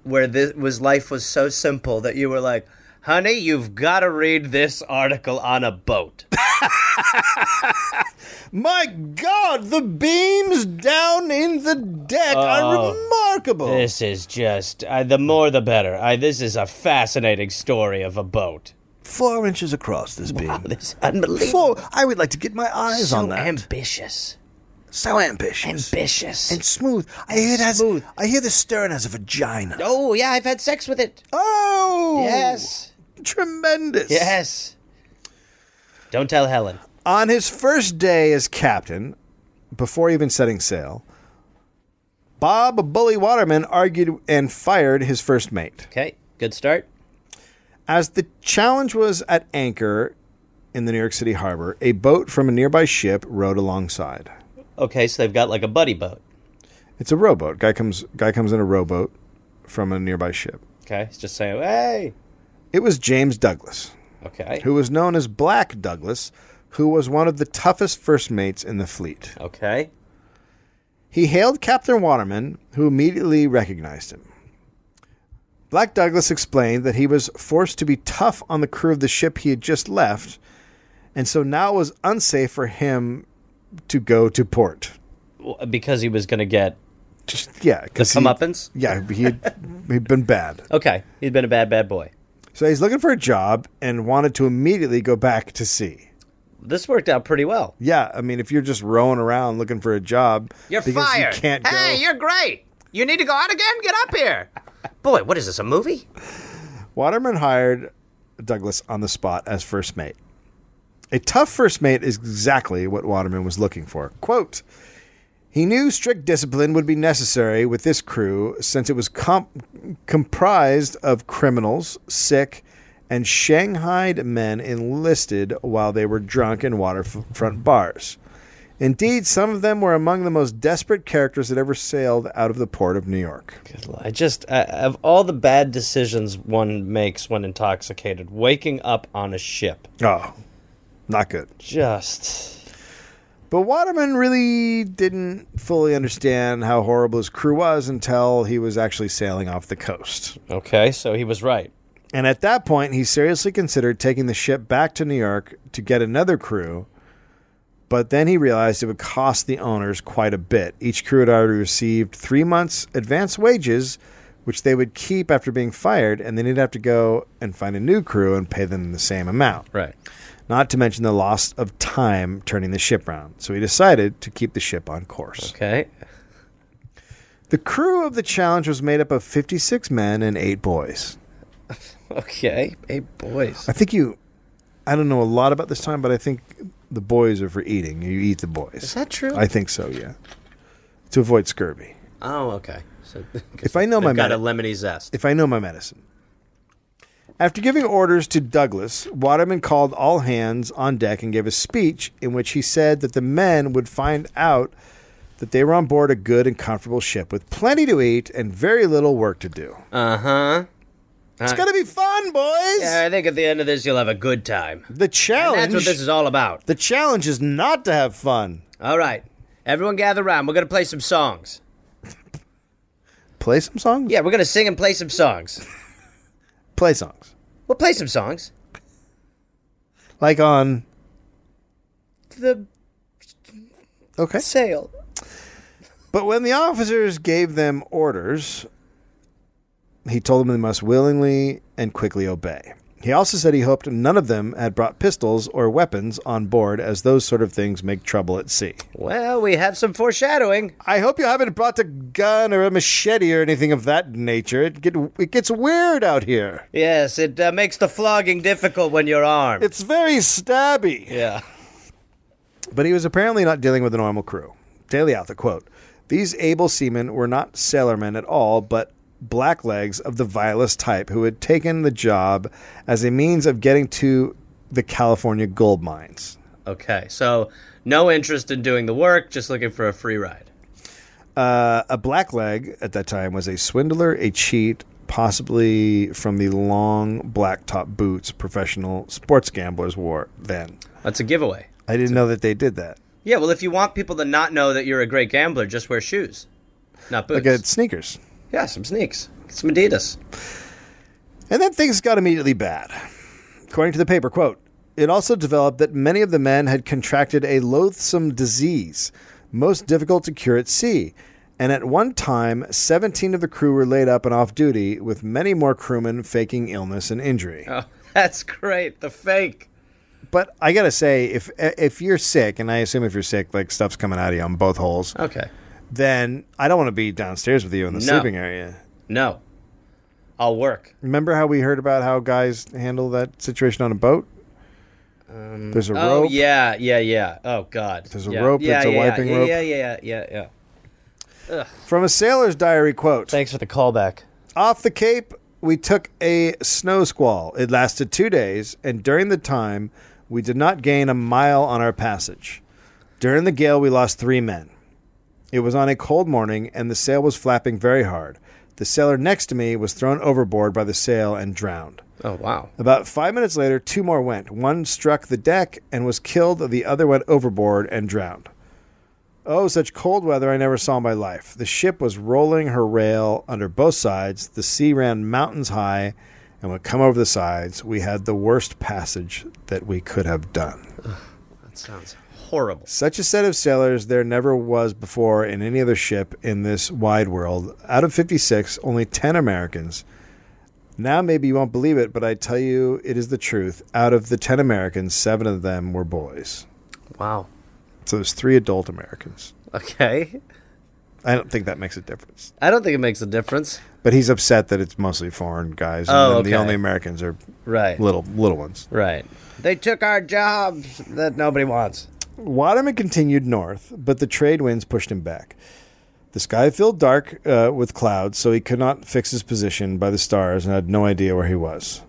Speaker 2: where this was life was so simple that you were like, "Honey, you've got to read this article on a boat."
Speaker 1: My God, the beams down in the deck are remarkable.
Speaker 5: This is just I the more the better. I this is a fascinating story of a boat.
Speaker 1: Four inches across this
Speaker 5: [LAUGHS]
Speaker 1: beam.
Speaker 5: This unbelievable.
Speaker 1: Four. I would like to get my eyes on
Speaker 5: So
Speaker 1: that.
Speaker 5: ambitious,
Speaker 1: so ambitious.
Speaker 5: ambitious.
Speaker 1: and smooth. I hear it has.
Speaker 5: Smooth.
Speaker 1: I hear the stern has a vagina.
Speaker 5: oh yeah, I've had sex with it.
Speaker 1: Oh,
Speaker 5: Yes,
Speaker 1: tremendous.
Speaker 5: yes. Don't tell Helen.
Speaker 1: On his first day as captain, before even setting sail, Bob Bully Waterman argued and fired his first mate.
Speaker 5: Okay, good start.
Speaker 1: As the challenge was at anchor in the New York City harbor, a boat from a nearby ship rowed alongside.
Speaker 5: Okay, so they've got like a buddy boat.
Speaker 1: It's a rowboat. Guy comes guy comes in a rowboat from a nearby ship.
Speaker 5: Okay, it's just saying, hey.
Speaker 1: It was James Douglas,
Speaker 5: Okay.
Speaker 1: who was known as Black Douglas, who was one of the toughest first mates in the fleet.
Speaker 5: Okay.
Speaker 1: He hailed Captain Waterman, who immediately recognized him. Black Douglas explained that he was forced to be tough on the crew of the ship he had just left, and so now it was unsafe for him to go to port.
Speaker 5: Well, Because he was going to get
Speaker 1: Just, yeah, because
Speaker 5: comeuppance.
Speaker 1: Yeah, he had, he'd been bad,
Speaker 5: Okay, he's been a bad, bad boy.
Speaker 1: so he's looking for a job and wanted to immediately go back to sea.
Speaker 5: This worked out pretty well.
Speaker 1: Yeah, I mean, if you're just rowing around looking for a job,
Speaker 2: You're
Speaker 1: because
Speaker 2: fired.
Speaker 1: You can't
Speaker 2: hey,
Speaker 1: go.
Speaker 2: you're great. You need to go out again. Get up
Speaker 5: [LAUGHS]
Speaker 2: here. Boy, what is this? A movie?
Speaker 1: Waterman hired Douglas on the spot as first mate. A tough first mate is exactly what Waterman was looking for. Quote He knew strict discipline would be necessary with this crew since it was comp- comprised of criminals, sick, and Shanghaied men enlisted while they were drunk in waterfront bars. Indeed, some of them were among the most desperate characters that ever sailed out of the port of New York.
Speaker 5: I just, I, of all the bad decisions one makes when intoxicated, waking up on a ship,
Speaker 1: Oh, not good.
Speaker 5: just.
Speaker 1: But Waterman really didn't fully understand how horrible his crew was until he was actually sailing off the coast.
Speaker 5: Okay, so he was right.
Speaker 1: And at that point, he seriously considered taking the ship back to New York to get another crew, but then he realized it would cost the owners quite a bit. Each crew had already received three months' advance wages, which they would keep after being fired, and then he'd have to go and find a new crew and pay them the same amount.
Speaker 2: Right.
Speaker 1: Not to mention the loss of time turning the ship round. So he decided to keep the ship on course.
Speaker 5: [LAUGHS]
Speaker 2: Okay.
Speaker 1: The crew of the Challenge was made up of 56 men and eight boys.
Speaker 2: Okay. Hey, boys.
Speaker 1: I think you, I don't know a lot about this time, but I think the boys are for eating. You eat the boys.
Speaker 2: Is that true?
Speaker 1: I think so, yeah. To avoid scurvy.
Speaker 2: oh, okay.
Speaker 5: [LAUGHS]
Speaker 2: So
Speaker 1: If I know
Speaker 2: [LAUGHS] they've
Speaker 1: my
Speaker 2: got
Speaker 1: medi-
Speaker 2: a lemony zest.
Speaker 1: if I know my medicine. After giving orders to Douglas, Waterman called all hands on deck and gave a speech in which he said that the men would find out that they were on board a good and comfortable ship with plenty to eat and very little work to do.
Speaker 2: Uh
Speaker 5: Uh-huh.
Speaker 2: huh.
Speaker 1: it's going to be fun, boys.
Speaker 2: Yeah, I think at the end of this you'll have a good time.
Speaker 1: The challenge
Speaker 2: That's what this is all about.
Speaker 1: The challenge is not to have fun.
Speaker 2: All right, everyone gather around. We're gonna play some songs.
Speaker 1: Play some songs?
Speaker 2: Yeah, we're gonna sing and play some songs.
Speaker 1: Play songs.
Speaker 2: We'll play some songs.
Speaker 1: Like on
Speaker 2: The
Speaker 1: Okay.
Speaker 2: sail.
Speaker 1: But when the officers gave them orders, he told them they must willingly and quickly obey. He also said he hoped none of them had brought pistols or weapons on board, as those sort of things make trouble at sea.
Speaker 2: Well, we have some foreshadowing.
Speaker 1: I hope you haven't brought a gun or a machete or anything of that nature. It, get, it gets weird out here.
Speaker 2: Yes, it uh, makes the flogging difficult when you're armed.
Speaker 1: It's very stabby.
Speaker 2: yeah.
Speaker 1: but he was apparently not dealing with a normal crew. Daily Out, the quote, these able seamen were not sailormen at all, but blacklegs of the vilest type who had taken the job as a means of getting to the California gold mines.
Speaker 2: Okay, so no interest in doing the work, just looking for a free ride.
Speaker 1: Uh, a blackleg at that time was a swindler, a cheat, possibly from the long black top boots professional sports gamblers wore then.
Speaker 2: That's a giveaway.
Speaker 1: I didn't know that they did that.
Speaker 2: Yeah, well, if you want people to not know that you're a great gambler, just wear shoes, not boots.
Speaker 1: Like at sneakers.
Speaker 2: Yeah, some sneaks, some Adidas. [LAUGHS]
Speaker 1: And then things got immediately bad. According to the paper, quote, it also developed that many of the men had contracted a loathsome disease, most difficult to cure at sea. And at one time, 17 of the crew were laid up and off duty, with many more crewmen faking illness and injury.
Speaker 2: Oh, that's great. The fake.
Speaker 1: But I gotta say, if if you're sick, and I assume if you're sick, like stuff's coming out of you on both holes,
Speaker 2: Okay.
Speaker 1: then I don't want to be downstairs with you in the
Speaker 2: No.
Speaker 1: sleeping area.
Speaker 2: No, I'll work.
Speaker 1: Remember how we heard about how guys handle that situation on a boat? There's a
Speaker 2: Oh
Speaker 1: rope.
Speaker 2: yeah, yeah, yeah. Oh god.
Speaker 1: There's a
Speaker 2: yeah.
Speaker 1: rope,
Speaker 2: Yeah,
Speaker 1: it's a
Speaker 2: yeah, yeah,
Speaker 1: wiping
Speaker 2: yeah,
Speaker 1: rope.
Speaker 2: Yeah, yeah, yeah, yeah.
Speaker 1: From a sailor's diary quote
Speaker 2: Thanks for the callback.
Speaker 1: Off the Cape, we took a snow squall. It lasted two days, and during the time, we did not gain a mile on our passage. During the gale, we lost three men. It was on a cold morning, and the sail was flapping very hard. The sailor next to me was thrown overboard by the sail and drowned.
Speaker 2: Oh wow.
Speaker 1: About five minutes later, two more went. One struck the deck and was killed, the other went overboard and drowned. Oh, such cold weather I never saw in my life. The ship was rolling her rail under both sides. The sea ran mountains high and would come over the sides. We had the worst passage that we could have done.
Speaker 2: That sounds horrible.
Speaker 1: Such a set of sailors there never was before in any other ship in this wide world. Out of 56, only 10 Americans. Now, maybe you won't believe it, but I tell you it is the truth. Out of the 10 Americans, seven of them were boys.
Speaker 2: Wow.
Speaker 1: So there's three adult Americans.
Speaker 2: Okay.
Speaker 1: I don't think that makes a difference.
Speaker 2: I don't think it makes a difference.
Speaker 1: But he's upset that it's mostly foreign guys, and
Speaker 2: Oh,
Speaker 1: then
Speaker 2: okay.
Speaker 1: the only Americans are
Speaker 2: Right.
Speaker 1: little little ones.
Speaker 2: Right. They took our jobs that nobody wants.
Speaker 1: Waterman continued north, but the trade winds pushed him back. The sky filled dark uh, with clouds, so he could not fix his position by the stars and had no idea where he was.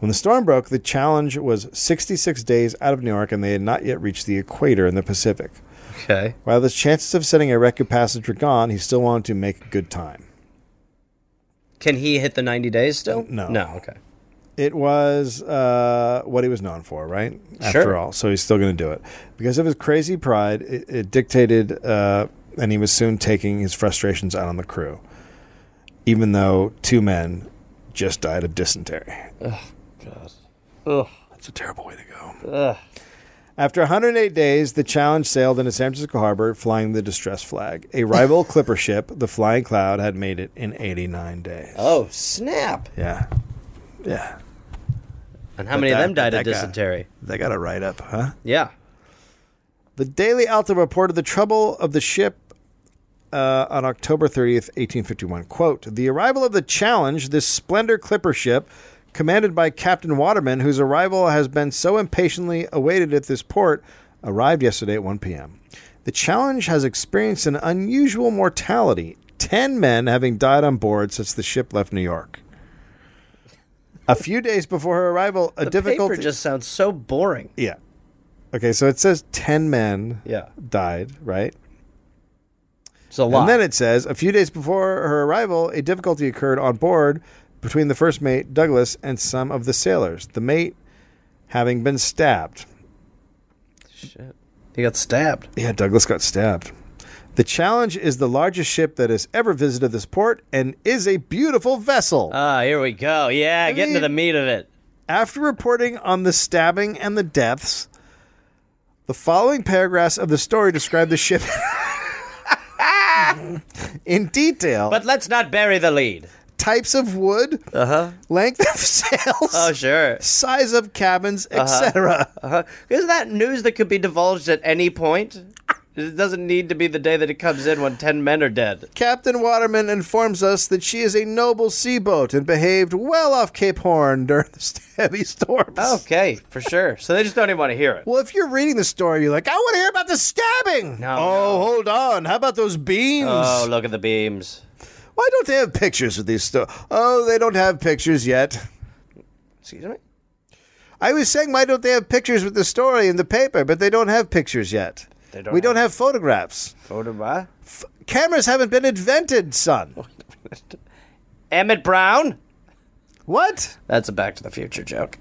Speaker 1: When the storm broke, the challenge was 66 days out of New York, and they had not yet reached the equator in the Pacific.
Speaker 2: Okay.
Speaker 1: While the chances of setting a record passage were gone, he still wanted to make a good time.
Speaker 2: Can he hit the 90 days still?
Speaker 1: No.
Speaker 2: No, okay.
Speaker 1: It was uh, what he was known for, right? After
Speaker 2: Sure.
Speaker 1: all, so he's still going to do it because of his crazy pride. It, it dictated, uh, and he was soon taking his frustrations out on the crew, even though two men just died of dysentery.
Speaker 2: Ugh.
Speaker 1: That's a terrible way to go. After 108 days, the Challenge sailed into San Francisco Harbor, flying the distress flag. A
Speaker 2: [LAUGHS]
Speaker 1: rival clipper ship, the Flying Cloud, had made it in 89 days.
Speaker 2: Oh snap!
Speaker 1: Yeah. Yeah.
Speaker 2: And how many of
Speaker 1: that-
Speaker 2: them died
Speaker 1: but
Speaker 2: of
Speaker 1: that guy-
Speaker 2: dysentery?
Speaker 1: They got a write up, huh?
Speaker 2: Yeah.
Speaker 1: The Daily Alta reported the trouble of the ship uh, on October 30th, 1851. Quote, the arrival of the Challenge, this splendor clipper ship, commanded by Captain Waterman, whose arrival has been so impatiently awaited at this port, arrived yesterday at 1 p.m. The Challenge has experienced an unusual mortality, 10 men having died on board since the ship left New York. A few days before her arrival, a
Speaker 2: The
Speaker 1: difficult
Speaker 2: paper just sounds so boring.
Speaker 1: yeah. Okay, so it says 10 men
Speaker 2: Yeah.
Speaker 1: died, right?
Speaker 2: It's a lot.
Speaker 1: And then it says a few days before her arrival, a difficulty occurred on board between the first mate, Douglas, and some of the sailors, the mate having been stabbed.
Speaker 2: Shit. He got stabbed.
Speaker 1: Yeah, Douglas got stabbed. The Challenge is the largest ship that has ever visited this port and is a beautiful vessel.
Speaker 2: Ah, here we go. Yeah, get into
Speaker 1: mean-
Speaker 2: the meat of it.
Speaker 1: After reporting on the stabbing and the deaths, the following paragraphs of the story describe the ship [LAUGHS] in detail.
Speaker 2: But let's not bury the lead.
Speaker 1: types of wood,
Speaker 2: Uh-huh.
Speaker 1: length of [LAUGHS] sails,
Speaker 2: Oh, sure.
Speaker 1: size of cabins, etc.
Speaker 2: Uh-huh. Isn't that news that could be divulged at any point? It doesn't need to be the day that it comes in when 10 men are dead.
Speaker 1: Captain Waterman informs us that she is a noble sea boat and behaved well off Cape Horn during the [LAUGHS] heavy storms.
Speaker 2: Okay, for sure. So they just don't even want to hear it.
Speaker 1: Well, if you're reading the story, you're like, I want to hear about the stabbing.
Speaker 2: No,
Speaker 1: oh, hold on. How about those beams?
Speaker 2: Oh, look at the beams.
Speaker 1: Why don't they have pictures of these stories? Oh, they don't have pictures yet.
Speaker 2: Excuse me?
Speaker 1: I was saying, why don't they have pictures with the story in the paper? But they don't have pictures yet.
Speaker 2: They don't
Speaker 1: we don't
Speaker 2: have-
Speaker 1: have photographs.
Speaker 2: Photograph?
Speaker 1: Cameras haven't been invented, son.
Speaker 2: Emmett Brown?
Speaker 1: What?
Speaker 2: That's a Back to the Future joke.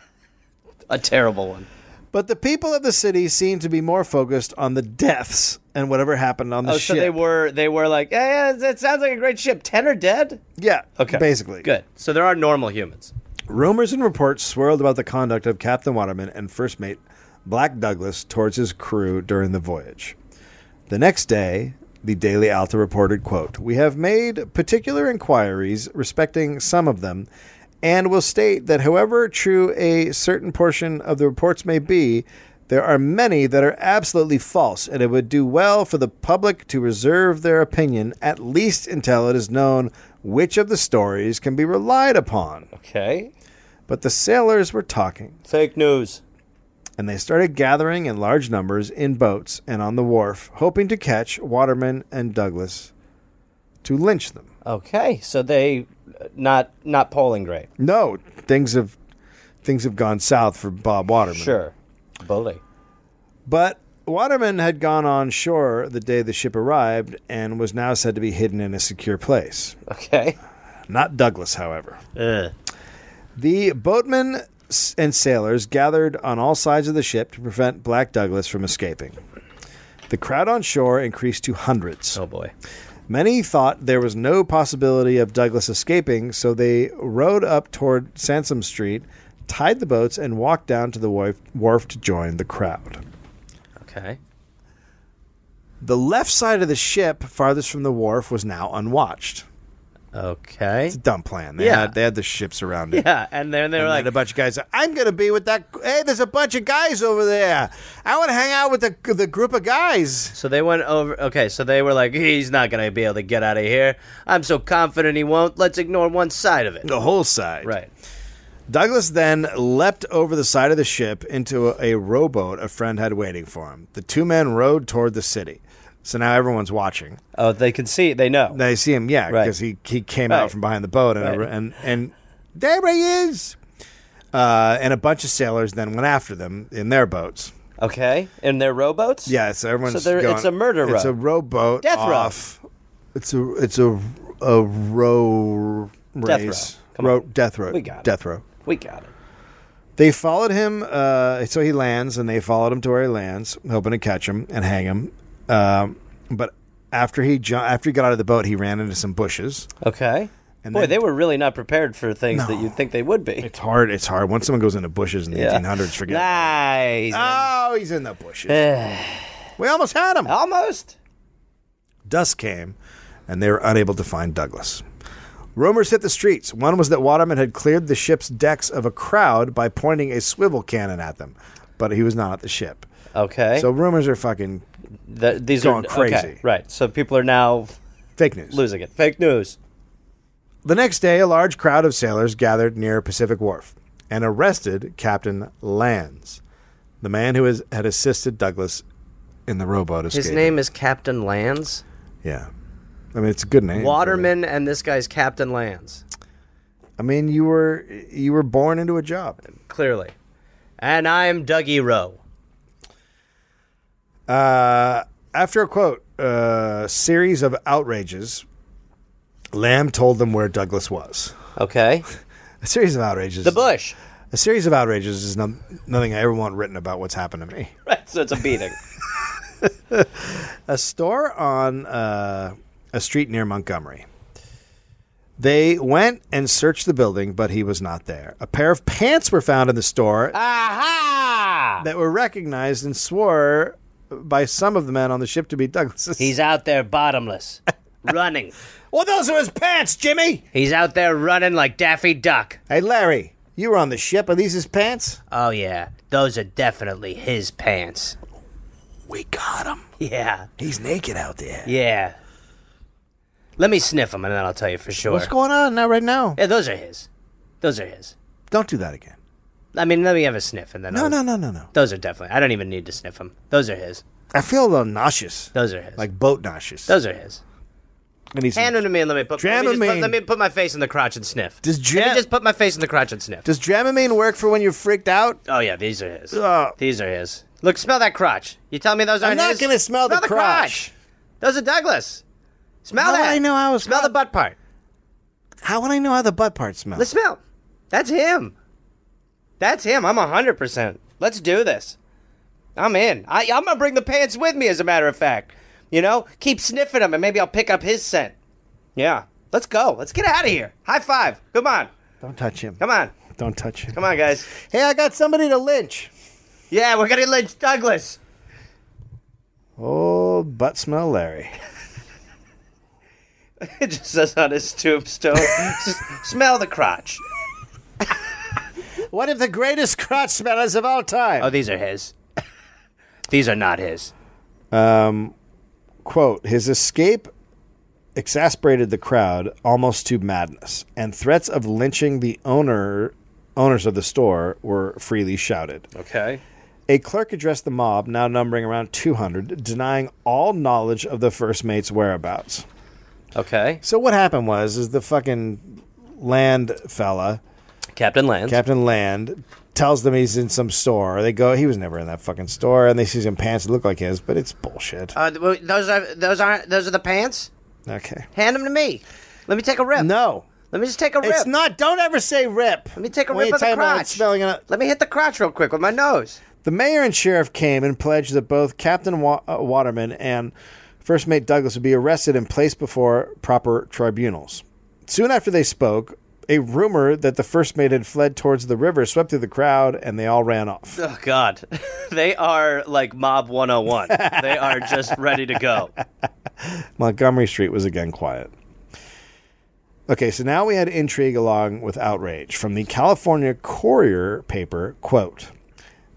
Speaker 2: [LAUGHS] a terrible one.
Speaker 1: But the people of the city seem to be more focused on the deaths and whatever happened on the
Speaker 2: Oh,
Speaker 1: ship.
Speaker 2: so they were they were like, yeah, yeah, it sounds like a great ship. Ten are dead.
Speaker 1: yeah,
Speaker 2: Okay,
Speaker 1: basically.
Speaker 2: good. So there are normal humans.
Speaker 1: Rumors and reports swirled about the conduct of Captain Waterman and First Mate Black Douglas towards his crew during the voyage. The next day, the Daily Alta reported, quote, We have made particular inquiries respecting some of them, and will state that however true a certain portion of the reports may be, there are many that are absolutely false, and it would do well for the public to reserve their opinion at least until it is known which of the stories can be relied upon.
Speaker 2: Okay.
Speaker 1: But the sailors were talking,
Speaker 2: Fake news.
Speaker 1: and they started gathering in large numbers in boats and on the wharf, hoping to catch Waterman and Douglas to lynch them.
Speaker 2: Okay, so they uh, not not polling great.
Speaker 1: No, things have things have gone south for Bob Waterman.
Speaker 2: Sure, bully.
Speaker 1: But Waterman had gone on shore the day the ship arrived and was now said to be hidden in a secure place.
Speaker 2: Okay.
Speaker 1: Not Douglas, however. The boatmen s- and sailors gathered on all sides of the ship to prevent Black Douglas from escaping. The crowd on shore increased to hundreds.
Speaker 2: Oh boy.
Speaker 1: Many thought there was no possibility of Douglas escaping, so they rowed up toward Sansom Street, tied the boats, and walked down to the wharf, wharf to join the crowd.
Speaker 2: Okay.
Speaker 1: The left side of the ship, farthest from the wharf, was now unwatched.
Speaker 2: Okay. [LAUGHS]
Speaker 1: Dumb plan. They
Speaker 2: Yeah.
Speaker 1: had they had the ships surrounded.
Speaker 2: Yeah, and then they were
Speaker 1: And
Speaker 2: like,
Speaker 1: then a bunch of guys. I'm gonna be with that. Hey, there's a bunch of guys over there. I want to hang out with the the group of guys.
Speaker 2: so they went over. Okay, so they were like, he's not gonna be able to get out of here. I'm so confident he won't. Let's ignore one side of it.
Speaker 1: The whole side.
Speaker 2: Right.
Speaker 1: Douglas then leapt over the side of the ship into a, a rowboat a friend had waiting for him. The two men rowed toward the city. So now everyone's watching.
Speaker 2: Oh, they can see. They know.
Speaker 1: They see him, yeah,
Speaker 2: Right.
Speaker 1: because he, he came out
Speaker 2: Right.
Speaker 1: from behind the boat and
Speaker 2: Right.
Speaker 1: and and there he is. Uh, and a bunch of sailors then went after them in their boats.
Speaker 2: Okay. In their rowboats.
Speaker 1: Yeah, so everyone's
Speaker 2: So there-
Speaker 1: going-
Speaker 2: it's a murder
Speaker 1: It's
Speaker 2: row.
Speaker 1: a rowboat.
Speaker 2: Death row.
Speaker 1: off. It's a it's a a row
Speaker 2: Death row.
Speaker 1: race.
Speaker 2: Come
Speaker 1: row,
Speaker 2: on.
Speaker 1: Death row.
Speaker 2: We got it.
Speaker 1: death row.
Speaker 2: We got it.
Speaker 1: They followed him, uh, so he lands, and they followed him to where he lands, hoping to catch him and hang him. Um, but after he ju- after he got out of the boat, he ran into some bushes,
Speaker 2: Okay.
Speaker 1: And
Speaker 2: Boy,
Speaker 1: then-
Speaker 2: they were really not prepared for things
Speaker 1: No.
Speaker 2: that you'd think they would be.
Speaker 1: It's hard. It's hard. Once someone goes into bushes in the
Speaker 2: Yeah.
Speaker 1: 1800s, forget. it.
Speaker 2: Nice.
Speaker 1: Oh, he's in the
Speaker 2: Eh.
Speaker 1: bushes. we almost had him.
Speaker 2: Almost.
Speaker 1: Dusk came, and they were unable to find Douglas. Rumors hit the streets. One was that Waterman had cleared the ship's decks of a crowd by pointing a swivel cannon at them, but he was not at the ship.
Speaker 2: Okay.
Speaker 1: So rumors are fucking
Speaker 2: Th- these
Speaker 1: going
Speaker 2: are
Speaker 1: crazy.
Speaker 2: Okay, right. So people are now
Speaker 1: fake news.
Speaker 2: losing it. Fake news.
Speaker 1: The next day, a large crowd of sailors gathered near Pacific Wharf and arrested Captain Lands, the man who has, had assisted Douglas in the rowboat escape.
Speaker 2: His name is Captain Lands.
Speaker 1: yeah. I mean, it's a good name.
Speaker 2: Waterman and this guy's Captain Lands.
Speaker 1: I mean, you were you were born into a job.
Speaker 2: Clearly. And I'm Dougie Rowe.
Speaker 1: Uh, after a quote, uh, series of outrages, Lamb told them where Douglas was.
Speaker 2: Okay.
Speaker 1: A series of outrages.
Speaker 2: The Bush.
Speaker 1: A series of outrages is no, nothing I ever want written about what's happened to me.
Speaker 2: [LAUGHS] Right. So it's a beating.
Speaker 1: a store on uh, a street near Montgomery. They went and searched the building, but he was not there. A pair of pants were found in the store
Speaker 5: [LAUGHS] Aha!
Speaker 1: that were recognized and swore by some of the men on the ship to be Douglas's.
Speaker 5: He's out
Speaker 2: [LAUGHS]
Speaker 5: there bottomless, running.
Speaker 1: well, those are his pants, Jimmy.
Speaker 5: He's out there running like Daffy Duck.
Speaker 1: Hey, Larry, you were on the ship. Are these his pants?
Speaker 5: Oh, yeah, those are definitely his pants. [LAUGHS]
Speaker 1: We got him.
Speaker 5: Yeah,
Speaker 1: He's naked out there.
Speaker 5: yeah. Let me sniff him and then I'll tell you for sure.
Speaker 1: What's going on now? Right now?
Speaker 5: yeah, those are his. Those are his.
Speaker 1: Don't do that again.
Speaker 5: I mean, let me have a sniff and then
Speaker 1: No,
Speaker 5: I'll.
Speaker 1: no, no, no, no.
Speaker 5: Those are definitely. I don't even need to sniff them. Those are his.
Speaker 1: I feel a little nauseous,
Speaker 5: Those are his.
Speaker 1: like boat nauseous.
Speaker 5: those are his.
Speaker 1: and he's
Speaker 5: Hand them to me and let me put. Let me, just
Speaker 1: Dramamine.
Speaker 5: put let me put my face in the crotch and sniff.
Speaker 1: Does
Speaker 5: let
Speaker 1: Dram-
Speaker 5: me just put my face in the crotch and sniff.
Speaker 1: Does Dramamine work for when you're freaked out?
Speaker 5: Oh yeah, these are his.
Speaker 1: Ugh.
Speaker 5: These are his. Look, smell that crotch. You tell me those aren't
Speaker 1: Uh, not
Speaker 5: his?
Speaker 1: gonna smell the crotch.
Speaker 5: Those are Douglas. Smell
Speaker 1: How would
Speaker 5: that.
Speaker 1: I know I was-
Speaker 5: smell the butt part.
Speaker 1: How would I know how the butt part smells?
Speaker 5: Let's smell. That's him. That's him. I'm hundred percent. Let's do this. I'm in. I, I'm gonna bring the pants with me. As a matter of fact, you know, keep sniffing them, and maybe I'll pick up his scent. Yeah. Let's go. Let's get out of here. High five. Come on.
Speaker 1: Don't touch him.
Speaker 5: Come on.
Speaker 1: Don't touch him.
Speaker 5: Come on, guys.
Speaker 1: Hey, I got somebody to lynch.
Speaker 5: Yeah, we're gonna
Speaker 2: [LAUGHS]
Speaker 5: lynch Douglas.
Speaker 1: Oh, butt smell, Larry.
Speaker 5: It just says on his tombstone, it's just, smell the crotch.
Speaker 1: One of the greatest crotch smellers of all
Speaker 5: Oh,
Speaker 1: time.
Speaker 5: these are his. these are not his.
Speaker 1: Quote: His escape exasperated the crowd almost to madness, and threats of lynching the owner owners of the store were freely shouted.
Speaker 2: Okay.
Speaker 1: A clerk addressed the mob, now numbering around 200, denying all knowledge of the first mate's whereabouts.
Speaker 2: Okay.
Speaker 1: So what happened was is the fucking land fella,
Speaker 2: Captain Lands.
Speaker 1: Captain Land, tells them he's in some store. They go, he was never in that fucking store, and they see some pants that look like his, but it's bullshit.
Speaker 5: Uh, th- those are those aren't those are the pants.
Speaker 1: okay.
Speaker 5: Hand them to me. Let me take a rip.
Speaker 1: No.
Speaker 5: Let me just take a rip.
Speaker 1: It's not don't ever say rip. Let
Speaker 5: me take a rip of the crotch.
Speaker 1: Smelling it.
Speaker 5: Let me hit the crotch real quick with my nose.
Speaker 1: The mayor and sheriff came and pledged that both Captain Wa- uh, Waterman and First Mate Douglas would be arrested and placed before proper tribunals. Soon after they spoke, a rumor that the first mate had fled towards the river swept through the crowd, and they all ran off.
Speaker 2: Oh God, [LAUGHS] they are like Mob 101. they are just ready to
Speaker 5: [LAUGHS]
Speaker 2: go.
Speaker 1: Montgomery Street was again quiet. Okay, so now we had intrigue along with outrage from the California Courier paper, quote,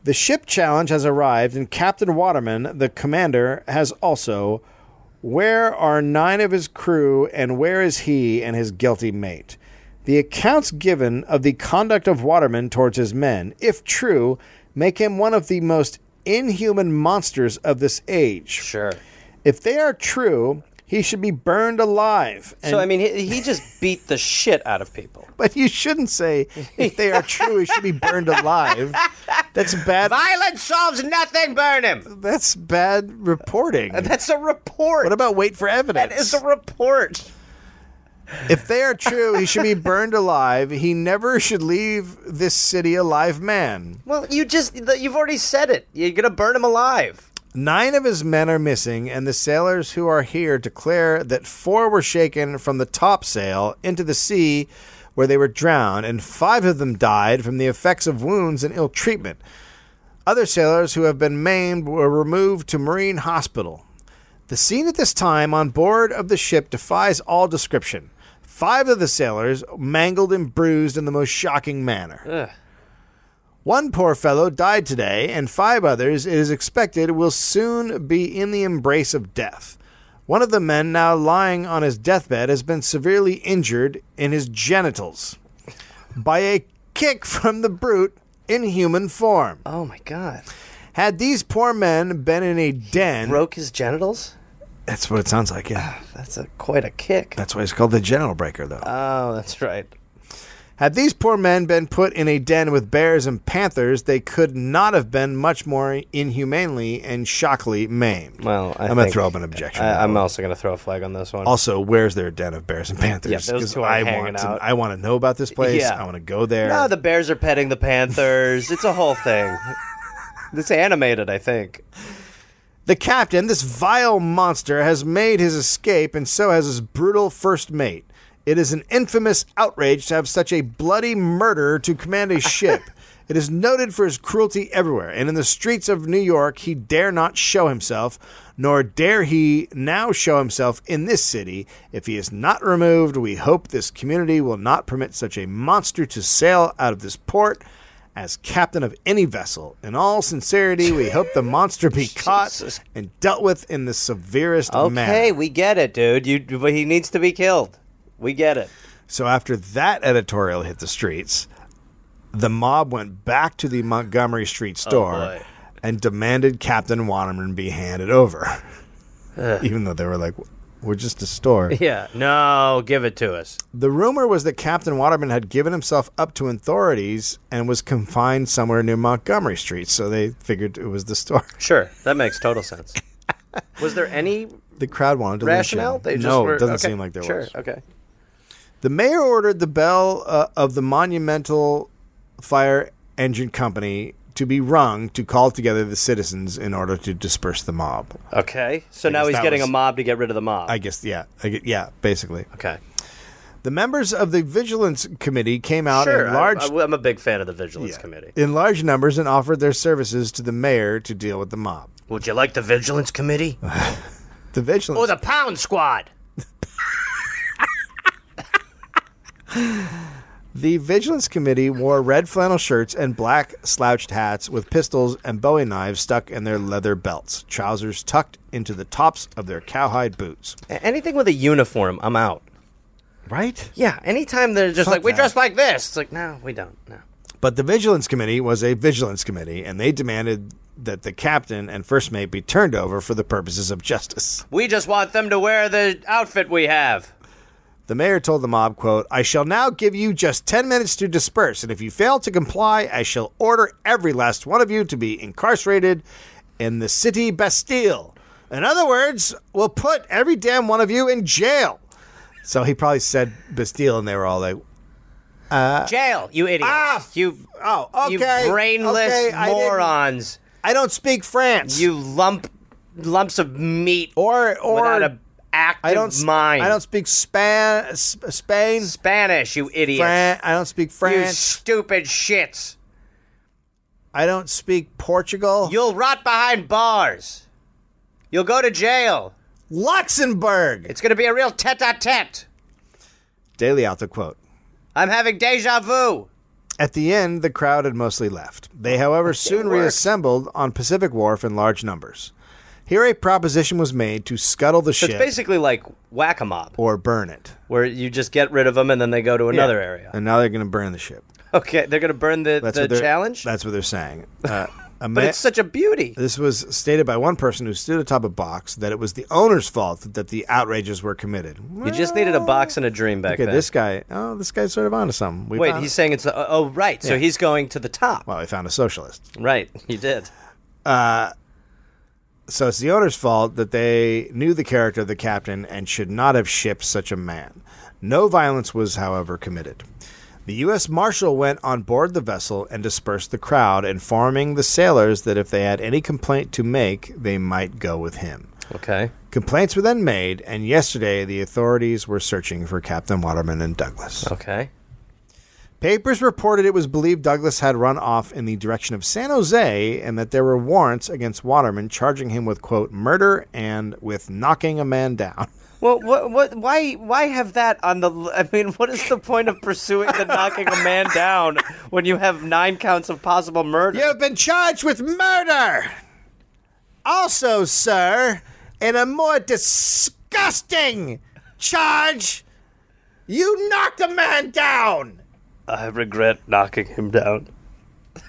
Speaker 1: "The ship challenge has arrived and Captain Waterman, the commander, has also where are 9 of his crew and where is he and his guilty mate?" The accounts given of the conduct of Waterman towards his men, if true, make him one of the most inhuman monsters of this age.
Speaker 2: Sure.
Speaker 1: If they are true, he should be burned alive. And,
Speaker 2: So I mean, he, he just beat the shit out of people.
Speaker 1: but you shouldn't say if they are true, he should be burned alive. That's bad.
Speaker 5: Violence solves nothing. Burn him.
Speaker 1: That's bad reporting.
Speaker 2: That's a report.
Speaker 1: What about wait for evidence?
Speaker 2: That is a report.
Speaker 1: if they are true, he should be burned alive. He never should leave this city a live man.
Speaker 2: Well, you just you've already said it. You're gonna burn him alive.
Speaker 1: Nine of his men are missing, and the sailors who are here declare that four were shaken from the topsail into the sea where they were drowned, and five of them died from the effects of wounds and ill treatment. Other sailors who have been maimed were removed to Marine Hospital. The scene at this time on board of the ship defies all description. Five of the sailors mangled and bruised in the most shocking manner. One poor fellow died today, and five others, it is expected, will soon be in the embrace of death. One of the men, now lying on his deathbed, has been severely injured in his genitals by a kick from the brute in human form.
Speaker 5: Oh my god.
Speaker 1: Had these poor men been in a den,
Speaker 5: Broke his genitals?
Speaker 1: that's what it sounds like. Yeah,
Speaker 5: That's a quite a kick.
Speaker 1: that's why it's called the genital breaker, though.
Speaker 5: Oh, that's right.
Speaker 1: Had these poor men been put in a den with bears and panthers, they could not have been much more inhumanely and shockily maimed.
Speaker 5: Well, I
Speaker 1: am gonna
Speaker 5: think-
Speaker 1: throw up an objection.
Speaker 5: I, I'm also going to throw a flag on this one.
Speaker 1: also, where's their den of bears and panthers?
Speaker 5: Yeah, those
Speaker 1: 'Cause
Speaker 5: two are
Speaker 1: I
Speaker 5: hanging
Speaker 1: want to,
Speaker 5: out.
Speaker 1: I want to know about this place.
Speaker 5: Yeah.
Speaker 1: I want to go there.
Speaker 5: No, Ah, the bears are petting the panthers. it's a whole thing. It's animated, I think.
Speaker 1: The captain, this vile monster, has made his escape, and so has his brutal first mate. It is an infamous outrage to have such a bloody murderer to command a ship. it is noted for his cruelty everywhere, and in the streets of New York he dare not show himself, nor dare he now show himself in this city. If he is not removed, we hope this community will not permit such a monster to sail out of this port. As captain of any vessel, in all sincerity, we hope the monster be caught
Speaker 5: Jesus.
Speaker 1: and dealt with in the severest
Speaker 5: Okay,
Speaker 1: manner.
Speaker 5: we get it, dude. You, but he needs to be killed. We get it.
Speaker 1: So after that editorial hit the streets, the mob went back to the Montgomery Street
Speaker 2: Oh,
Speaker 1: store
Speaker 5: boy.
Speaker 1: and demanded Captain Waterman be handed over. [LAUGHS] Even though they were like, "We're just a
Speaker 2: [LAUGHS]
Speaker 1: store."
Speaker 5: Yeah. No, give it to us.
Speaker 1: The rumor was that Captain Waterman had given himself up to authorities and was confined somewhere near Montgomery Street, so they figured it was the store. [LAUGHS]
Speaker 2: Sure, that makes total sense. Was there any
Speaker 1: The crowd wanted to lynch him.
Speaker 2: rationale? They just
Speaker 1: no,
Speaker 2: were,
Speaker 1: it doesn't
Speaker 2: okay,
Speaker 1: seem like there
Speaker 2: sure,
Speaker 1: was.
Speaker 2: Okay.
Speaker 1: The mayor ordered the bell uh, of the Monumental Fire Engine Company to be rung to call together the citizens in order to disperse the mob.
Speaker 5: Okay. So now
Speaker 1: guess
Speaker 5: he's
Speaker 1: that
Speaker 5: getting
Speaker 1: was-
Speaker 5: a mob to get rid of the mob.
Speaker 1: I guess, yeah, I gue- yeah, basically.
Speaker 2: Okay.
Speaker 1: The members of the vigilance committee came out
Speaker 2: Sure.
Speaker 1: in large
Speaker 2: I, am a big fan of the Vigilance
Speaker 1: yeah,
Speaker 2: Committee.
Speaker 1: in large numbers and offered their services to the mayor to deal with the mob.
Speaker 2: Would you like the Vigilance Committee?
Speaker 1: The vigilance
Speaker 2: or the Pound Squad?
Speaker 1: The Vigilance Committee wore red flannel shirts and black slouched hats with pistols and bowie knives stuck in their leather belts, trousers tucked into the tops of their cowhide boots.
Speaker 2: A- Anything with a uniform, I'm out.
Speaker 1: Right?
Speaker 2: Yeah, anytime they're just like, we
Speaker 1: that.
Speaker 2: dress like this. It's like, no, we don't. No.
Speaker 1: But the Vigilance Committee was a vigilance committee, and they demanded that the captain and first mate be turned over for the purposes of justice.
Speaker 5: we just want them to wear the outfit we have.
Speaker 1: The mayor told the mob, quote, I shall now give you just 10 minutes to disperse, and if you fail to comply, I shall order every last one of you to be incarcerated in the city Bastille. In other words, we'll put every damn one of you in jail. So he probably said Bastille, and they were all like,
Speaker 5: Jail, you idiots.
Speaker 1: Uh, Ah,
Speaker 5: you
Speaker 1: oh,
Speaker 5: you
Speaker 1: okay,
Speaker 5: brainless
Speaker 1: okay, I didn't-
Speaker 5: morons.
Speaker 1: I don't speak France.
Speaker 5: You lump lumps of meat
Speaker 1: or, or,
Speaker 5: without a active
Speaker 1: I don't, s-
Speaker 5: mind.
Speaker 1: I don't speak Span, S- Spain,
Speaker 5: Spanish, you idiots.
Speaker 1: Fran- I don't speak
Speaker 5: You
Speaker 1: France.
Speaker 5: stupid shits.
Speaker 1: I don't speak Portugal.
Speaker 5: You'll rot behind bars. You'll go to jail.
Speaker 1: Luxembourg.
Speaker 5: It's going to be a real tete-a-tete.
Speaker 1: Daily out the quote.
Speaker 5: I'm having deja vu.
Speaker 1: At the end, the crowd had mostly left. They, however, soon reassembled on Pacific Wharf in large numbers. Here, a proposition was made to scuttle the
Speaker 5: So
Speaker 1: ship
Speaker 5: it's basically like whack-a-mob,
Speaker 1: or burn it.
Speaker 5: where you just get rid of them and then they go to another area. [LAUGHS]
Speaker 1: And now they're going to burn the ship.
Speaker 5: Okay, they're going to burn the,
Speaker 1: That's
Speaker 5: the
Speaker 1: what they're,
Speaker 5: challenge?
Speaker 1: That's what they're
Speaker 5: [LAUGHS]
Speaker 1: saying. Uh, a
Speaker 5: but
Speaker 1: ma-
Speaker 5: it's such a beauty.
Speaker 1: this was stated by one person who stood atop a box that it was the owner's fault that the outrages were committed.
Speaker 5: You just needed a box and a dream back
Speaker 1: Okay,
Speaker 5: then.
Speaker 1: this guy. Oh, this guy's sort of onto something. We
Speaker 5: Wait,
Speaker 1: found-
Speaker 5: he's saying it's... The, oh, right. So he's going to the top.
Speaker 1: well, we found a socialist.
Speaker 5: Right, he did.
Speaker 1: So it's the owner's fault that they knew the character of the captain and should not have shipped such a man. No violence was, however, committed. The U.S. Marshal went on board the vessel and dispersed the crowd, informing the sailors that if they had any complaint to make, they might go with him.
Speaker 2: Okay.
Speaker 1: Complaints were then made, and yesterday the authorities were searching for Captain Waterman and Douglas.
Speaker 2: Okay.
Speaker 1: Papers reported it was believed Douglas had run off in the direction of San Jose and that there were warrants against Waterman charging him with, quote, murder and with knocking a man down. [LAUGHS]
Speaker 5: Well, what, what, why, why have that on the? l- I mean, what is the point of pursuing the knocking a man down when you have nine counts of possible murder?
Speaker 1: You've been charged with murder. Also, sir, in a more disgusting charge, you knocked a man down.
Speaker 5: I regret knocking him down.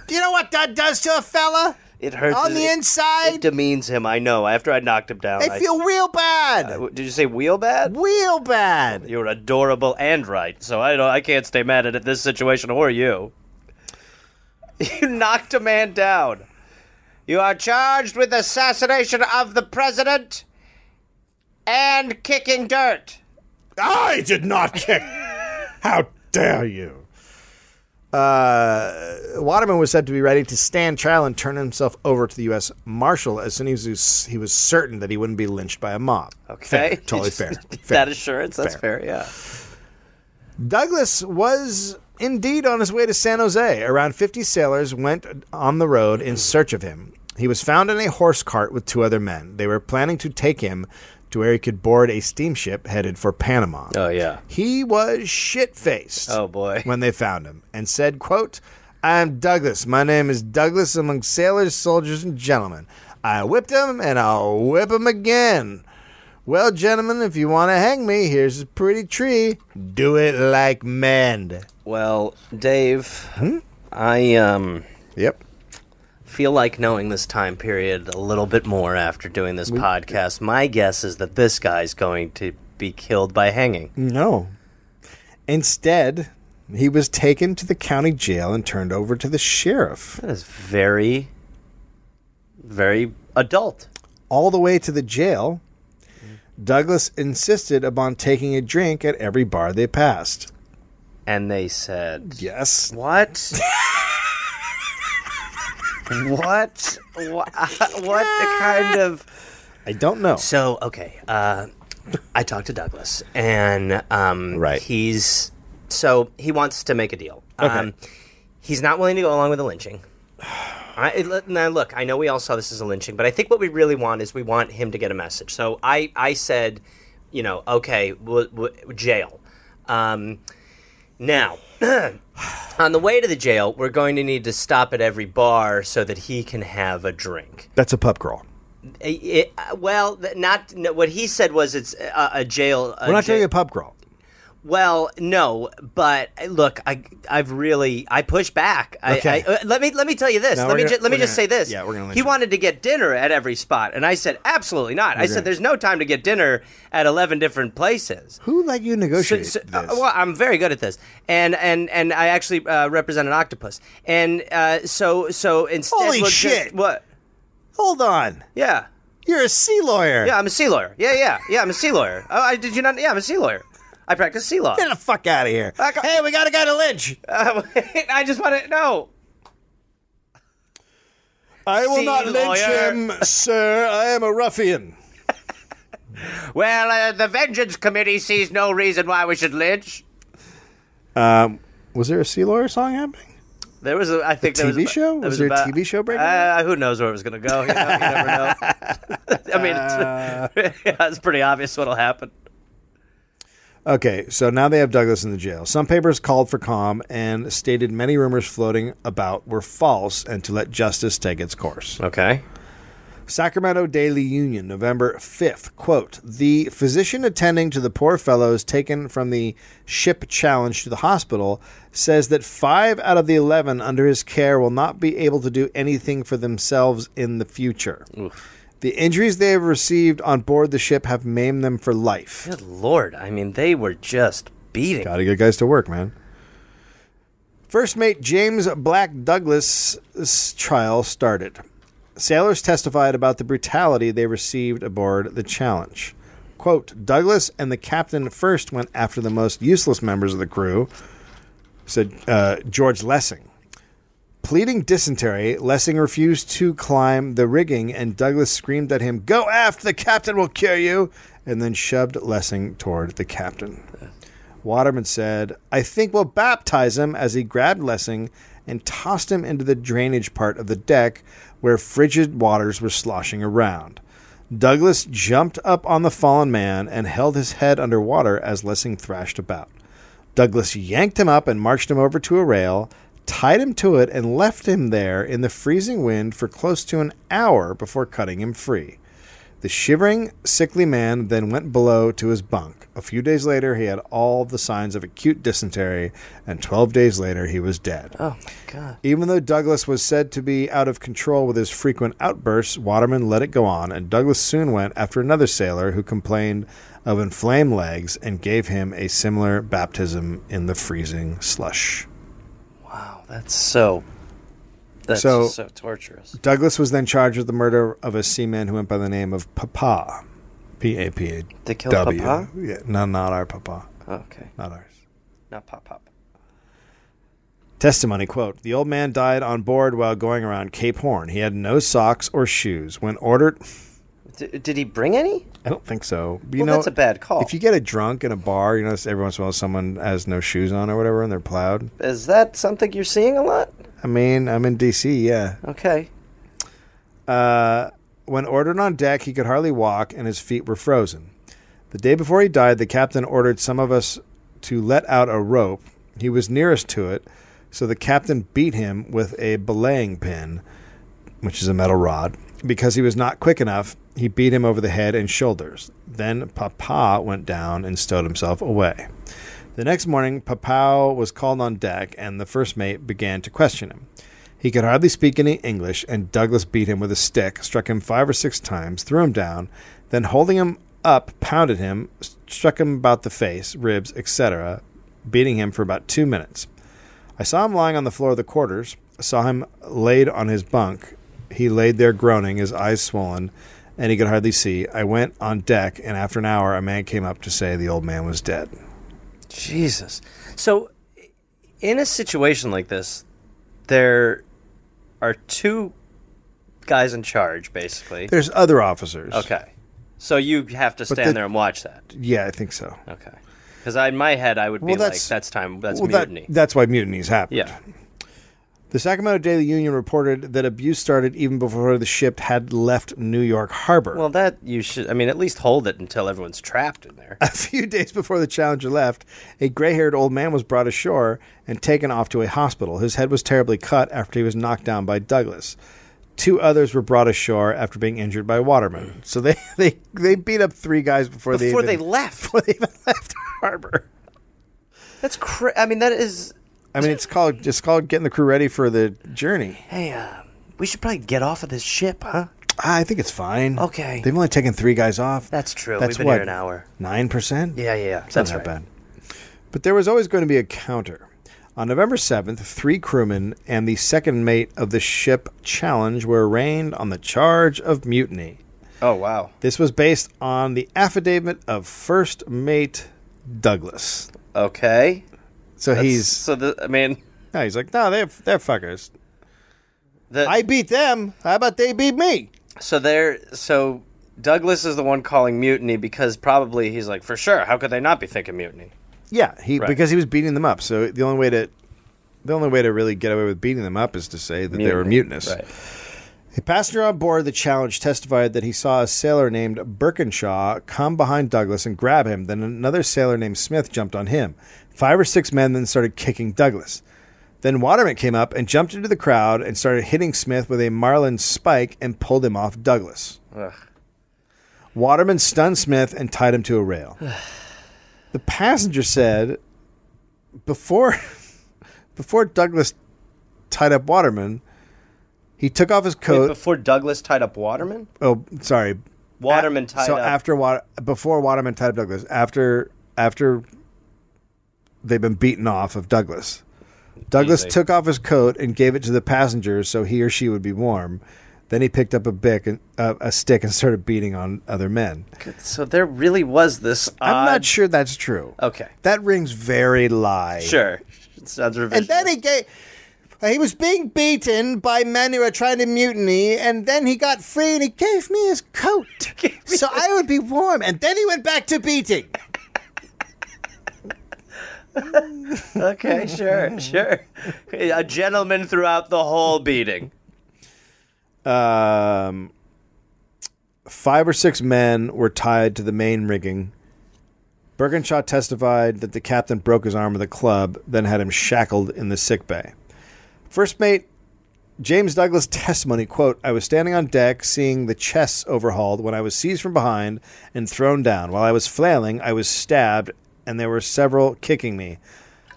Speaker 1: Do you know what that does to a fella?
Speaker 5: It hurts
Speaker 1: On the
Speaker 5: it- It
Speaker 1: inside,
Speaker 5: demeans him. I know. After I knocked him down,
Speaker 1: they
Speaker 5: I-
Speaker 1: feel real bad.
Speaker 5: W- Did you say wheel bad?
Speaker 1: Real bad.
Speaker 5: You're adorable and right, so I don't. I can't stay mad at this situation or you. [LAUGHS] You knocked a man down. You are charged with assassination of the president and kicking dirt.
Speaker 1: I did not kick. How dare you? Uh, Waterman was said to be ready to stand trial and turn himself over to the U.S. Marshal as soon as he was, he was certain that he wouldn't be lynched by a mob.
Speaker 5: Okay,
Speaker 1: Fair, [LAUGHS] totally
Speaker 2: [LAUGHS]
Speaker 5: Just
Speaker 1: fair.
Speaker 5: [LAUGHS] That
Speaker 1: fair.
Speaker 5: assurance. That's fair. Yeah.
Speaker 1: Douglas was indeed on his way to San Jose. Around 50 sailors went on the road in search of him. He was found in a horse cart with two other men. They were planning to take him to where he could board a steamship headed for Panama.
Speaker 5: Oh yeah.
Speaker 1: He was shit-faced.
Speaker 5: Oh, boy.
Speaker 1: When they found him and said, quote, "I'm Douglas. My name is Douglas among sailors, soldiers, and gentlemen. I whipped him and I'll whip him again. Well, gentlemen, if you want to hang me, here's a pretty tree. Do it like men."
Speaker 2: Well, Dave,
Speaker 1: Hmm?
Speaker 2: I um
Speaker 1: Yep.
Speaker 2: feel like knowing this time period a little bit more after doing this podcast. My guess is that this guy's going to be killed by hanging.
Speaker 1: No. Instead, he was taken to the county jail and turned over to the sheriff.
Speaker 2: That is very, very adult.
Speaker 1: all the way to the jail, Douglas insisted upon taking a drink at every bar they passed.
Speaker 2: And they said,
Speaker 1: Yes. [LAUGHS]
Speaker 2: "What? what? What? [LAUGHS] What kind of?"
Speaker 1: I don't know.
Speaker 2: So okay, uh, I talked to Douglas, and um,
Speaker 1: Right.
Speaker 2: he's so he wants to make a deal. Um, he's not willing to go along with the lynching. I, it- now look, I know we all saw this as a lynching, but I think what we really want is we want him to get a message. So I, I said, you know, okay, w- w- jail. Um, now, [CLEARS THROAT] on the way to the jail, we're going to need to stop at every bar so that he can have a drink.
Speaker 1: That's a pub crawl.
Speaker 2: Uh, It, uh, well, th- not no, what he said was it's uh, a, a jail. A
Speaker 1: We're not
Speaker 2: ja-
Speaker 1: doing a pub crawl.
Speaker 2: well, no, but uh, look, I I've really I push back. I,
Speaker 1: Okay.
Speaker 2: I, uh, let me let me tell you this.
Speaker 1: No,
Speaker 2: let
Speaker 1: we're
Speaker 2: me
Speaker 1: gonna-
Speaker 2: ju- let me
Speaker 1: we're
Speaker 2: just
Speaker 1: gonna-
Speaker 2: say this.
Speaker 1: yeah, we're gonna lynch
Speaker 2: He
Speaker 1: him.
Speaker 2: wanted to get dinner at every spot, and I said absolutely not. I said there's no time to get dinner at eleven different places.
Speaker 1: Who let you negotiate
Speaker 2: So- so- uh,
Speaker 1: this?
Speaker 2: well, I'm very good at this, and and and I actually uh, represent an octopus, and uh, so so instead,
Speaker 1: Holy
Speaker 2: we'll just-
Speaker 1: shit.
Speaker 2: what?
Speaker 1: Hold on.
Speaker 2: Yeah.
Speaker 1: You're a sea lawyer.
Speaker 2: Yeah, I'm a sea lawyer. Yeah, yeah, yeah. I'm a sea lawyer. Oh, I, did you not? Yeah, I'm a sea lawyer. I practice sea law.
Speaker 1: Get the fuck out of here. Hey, we got a guy to lynch.
Speaker 2: [LAUGHS] Uh, wait, I just want to know.
Speaker 1: I will
Speaker 2: sea
Speaker 1: not lynch
Speaker 2: lawyer.
Speaker 1: him, sir. I am a ruffian.
Speaker 5: Well, uh, the vengeance committee sees no reason why we should lynch.
Speaker 1: Was there a sea lawyer song happening?
Speaker 2: There was, a, I think, there was
Speaker 1: TV
Speaker 2: about-
Speaker 1: show?
Speaker 2: there
Speaker 1: Was there a
Speaker 5: about-
Speaker 1: TV show breaking?
Speaker 2: Uh, who knows where it was going to go? You, know, you never
Speaker 1: [LAUGHS]
Speaker 2: know. I mean,
Speaker 1: Uh.
Speaker 2: it's, [LAUGHS] yeah, it's pretty obvious what'll happen.
Speaker 1: Okay, so now they have Douglas in the jail. Some papers called for calm and stated many rumors floating about were false and to let justice take its course.
Speaker 2: Okay.
Speaker 1: Sacramento Daily Union, November 5th. Quote The physician attending to the poor fellows taken from the ship challenge to the hospital says that five out of the 11 under his care will not be able to do anything for themselves in the future. The injuries they have received on board the ship have maimed them for life.
Speaker 2: Good lord! I mean, they were just beating.
Speaker 1: Gotta get guys to work, man. First mate James Black Douglas' trial started. Sailors testified about the brutality they received aboard the challenge. Quote, Douglas and the captain first went after the most useless members of the crew, said uh, George Lessing. Pleading dysentery, Lessing refused to climb the rigging, and Douglas screamed at him, Go aft, the captain will cure you! And then shoved Lessing toward the captain. Waterman said, I think we'll baptize him as he grabbed Lessing and tossed him into the drainage part of the deck where frigid waters were sloshing around. Douglas jumped up on the fallen man and held his head under water as Lessing thrashed about. Douglas yanked him up and marched him over to a rail, tied him to it, and left him there in the freezing wind for close to an hour before cutting him free. The shivering, sickly man then went below to his bunk. A few days later, he had all the signs of acute dysentery, and 12 days later, he was dead.
Speaker 5: Oh my god.
Speaker 1: Even though Douglas was said to be out of control with his frequent outbursts, Waterman let it go on, and Douglas soon went after another sailor who complained of inflamed legs and gave him a similar baptism in the freezing slush.
Speaker 2: Oh,
Speaker 5: Wow, that's so that's
Speaker 1: So-
Speaker 5: just so torturous.
Speaker 1: Douglas was then charged with the murder of a seaman who went by the name of Papa. P A P A.
Speaker 5: They killed
Speaker 1: W.
Speaker 5: Papa?
Speaker 1: Yeah, no, not our Papa.
Speaker 5: Okay.
Speaker 1: Not ours.
Speaker 5: Not pop pop.
Speaker 1: Testimony quote The old man died on board while going around Cape Horn. He had no socks or shoes. When ordered
Speaker 5: D- did he bring any?
Speaker 1: I don't think so. You
Speaker 5: Well,
Speaker 1: know,
Speaker 5: that's a bad call.
Speaker 1: If you get a drunk in a bar, you know, every once in a while someone has no shoes on or whatever, and they're plowed.
Speaker 5: Is that something you're seeing a lot?
Speaker 1: I mean, I'm in D.C. Yeah.
Speaker 5: Okay.
Speaker 1: When ordered on deck, he could hardly walk, and his feet were frozen. The day before he died, the captain ordered some of us to let out a rope. He was nearest to it, so the captain beat him with a belaying pin, which is a metal rod, because he was not quick enough. He beat him over the head and shoulders. Then Papa went down and stowed himself away. The next morning, Papao was called on deck, and the first mate began to question him. He could hardly speak any English, and Douglas beat him with a stick, struck him five or six times, threw him down, then holding him up, pounded him, s- struck him about the face, ribs, etc., beating him for about two minutes. I saw him lying on the floor of the quarters, saw him laid on his bunk. He laid there groaning, his eyes swollen, and he could hardly see. I went on deck, and after an hour, a man came up to say the old man was dead.
Speaker 5: Jesus.
Speaker 2: So, in a situation like this, there are two guys in charge, basically.
Speaker 1: There's other officers.
Speaker 2: Okay. So you have to stand
Speaker 1: the-
Speaker 2: there and watch that.
Speaker 1: Yeah, I think so.
Speaker 2: Okay. Because in my head, I would be
Speaker 1: Well,
Speaker 2: like,
Speaker 1: that's-
Speaker 2: that's time, that's
Speaker 1: Well, that-
Speaker 2: mutiny.
Speaker 1: that's why mutinies happen.
Speaker 2: yeah.
Speaker 1: The Sacramento Daily Union reported that abuse started even before the ship had left New York Harbor.
Speaker 2: Well, that you should, I mean, at least hold it until everyone's trapped in there.
Speaker 1: [LAUGHS] a few days before the Challenger left, a gray haired old man was brought ashore and taken off to a hospital. His head was terribly cut after he was knocked down by Douglas. Two others were brought ashore after being injured by watermen. So they, [LAUGHS] they, they beat up three guys before, they
Speaker 2: Before they
Speaker 1: even-
Speaker 2: left.
Speaker 1: before they [LAUGHS] even left the harbor.
Speaker 2: That's cra I mean, that is.
Speaker 1: I mean, it's called it's called getting the crew ready for the journey.
Speaker 5: Hey, uh,
Speaker 2: um,
Speaker 5: we should probably get off of this ship, huh?
Speaker 1: Ah, I think it's fine.
Speaker 5: Okay.
Speaker 1: They've only taken three guys off.
Speaker 5: That's true.
Speaker 1: That's
Speaker 5: We've been
Speaker 1: what,
Speaker 5: here an hour.
Speaker 1: Nine percent.
Speaker 5: Yeah, yeah.
Speaker 1: It's
Speaker 5: That's
Speaker 1: not that
Speaker 5: right.
Speaker 1: bad. But there was always going to be a counter. On November 7th, three crewmen and the second mate of the ship Challenge were arraigned on the charge of mutiny.
Speaker 2: Oh, wow.
Speaker 1: This was based on the affidavit of first mate Douglas.
Speaker 2: Okay.
Speaker 1: So
Speaker 2: That's-
Speaker 1: he's
Speaker 2: So, the, I mean,
Speaker 1: no, he's like, no, they're they're fuckers.
Speaker 2: the,
Speaker 1: I beat them. How about they beat me?
Speaker 2: So there, so Douglas is the one calling mutiny because probably he's like, for sure, how could they not be thinking mutiny?
Speaker 1: Yeah, he
Speaker 2: Right.
Speaker 1: because he was beating them up. So the only way to the only way to really get away with beating them up is to say that they were mutinous.
Speaker 2: Right.
Speaker 1: A passenger on board the Challenge testified that he saw a sailor named Birkinshaw come behind Douglas and grab him. Then another sailor named Smith jumped on him. Five or six men then started kicking Douglas. Then Waterman came up and jumped into the crowd and started hitting Smith with a marlin spike and pulled him off Douglas.
Speaker 2: Ugh.
Speaker 1: Waterman stunned Smith and tied him to a
Speaker 2: [SIGHS]
Speaker 1: rail. the passenger said, before, [LAUGHS] before Douglas tied up Waterman, he took off his coat.
Speaker 2: Wait, before Douglas tied up Waterman,
Speaker 1: Oh, sorry.
Speaker 2: Waterman
Speaker 1: A-
Speaker 2: tied
Speaker 1: so
Speaker 2: up.
Speaker 1: after Water, before Waterman tied up Douglas, after after they've been beaten off of Douglas, Douglas
Speaker 2: Easy.
Speaker 1: took off his coat and gave it to the passengers so he or she would be warm. Then he picked up a bick and uh, a stick and started beating on other men.
Speaker 2: so there really was this.
Speaker 1: I'm
Speaker 2: odd-
Speaker 1: not sure that's true.
Speaker 2: Okay,
Speaker 1: That rings very lie.
Speaker 2: sure.
Speaker 5: Sounds revisionist.
Speaker 1: And then he gave. He was being beaten by men who were trying to mutiny, and then he got free and he gave me his
Speaker 2: [LAUGHS]
Speaker 1: coat. so I would be warm, and then he went back to beating. [LAUGHS]
Speaker 5: okay, sure, sure. A gentleman throughout the whole beating.
Speaker 1: Um, five or six men were tied to the main rigging. Bergenshaw testified that the captain broke his arm with a club, then had him shackled in the sick bay. First mate James Douglas testimony quote I was standing on deck seeing the chests overhauled when I was seized from behind and thrown down while I was flailing I was stabbed and there were several kicking me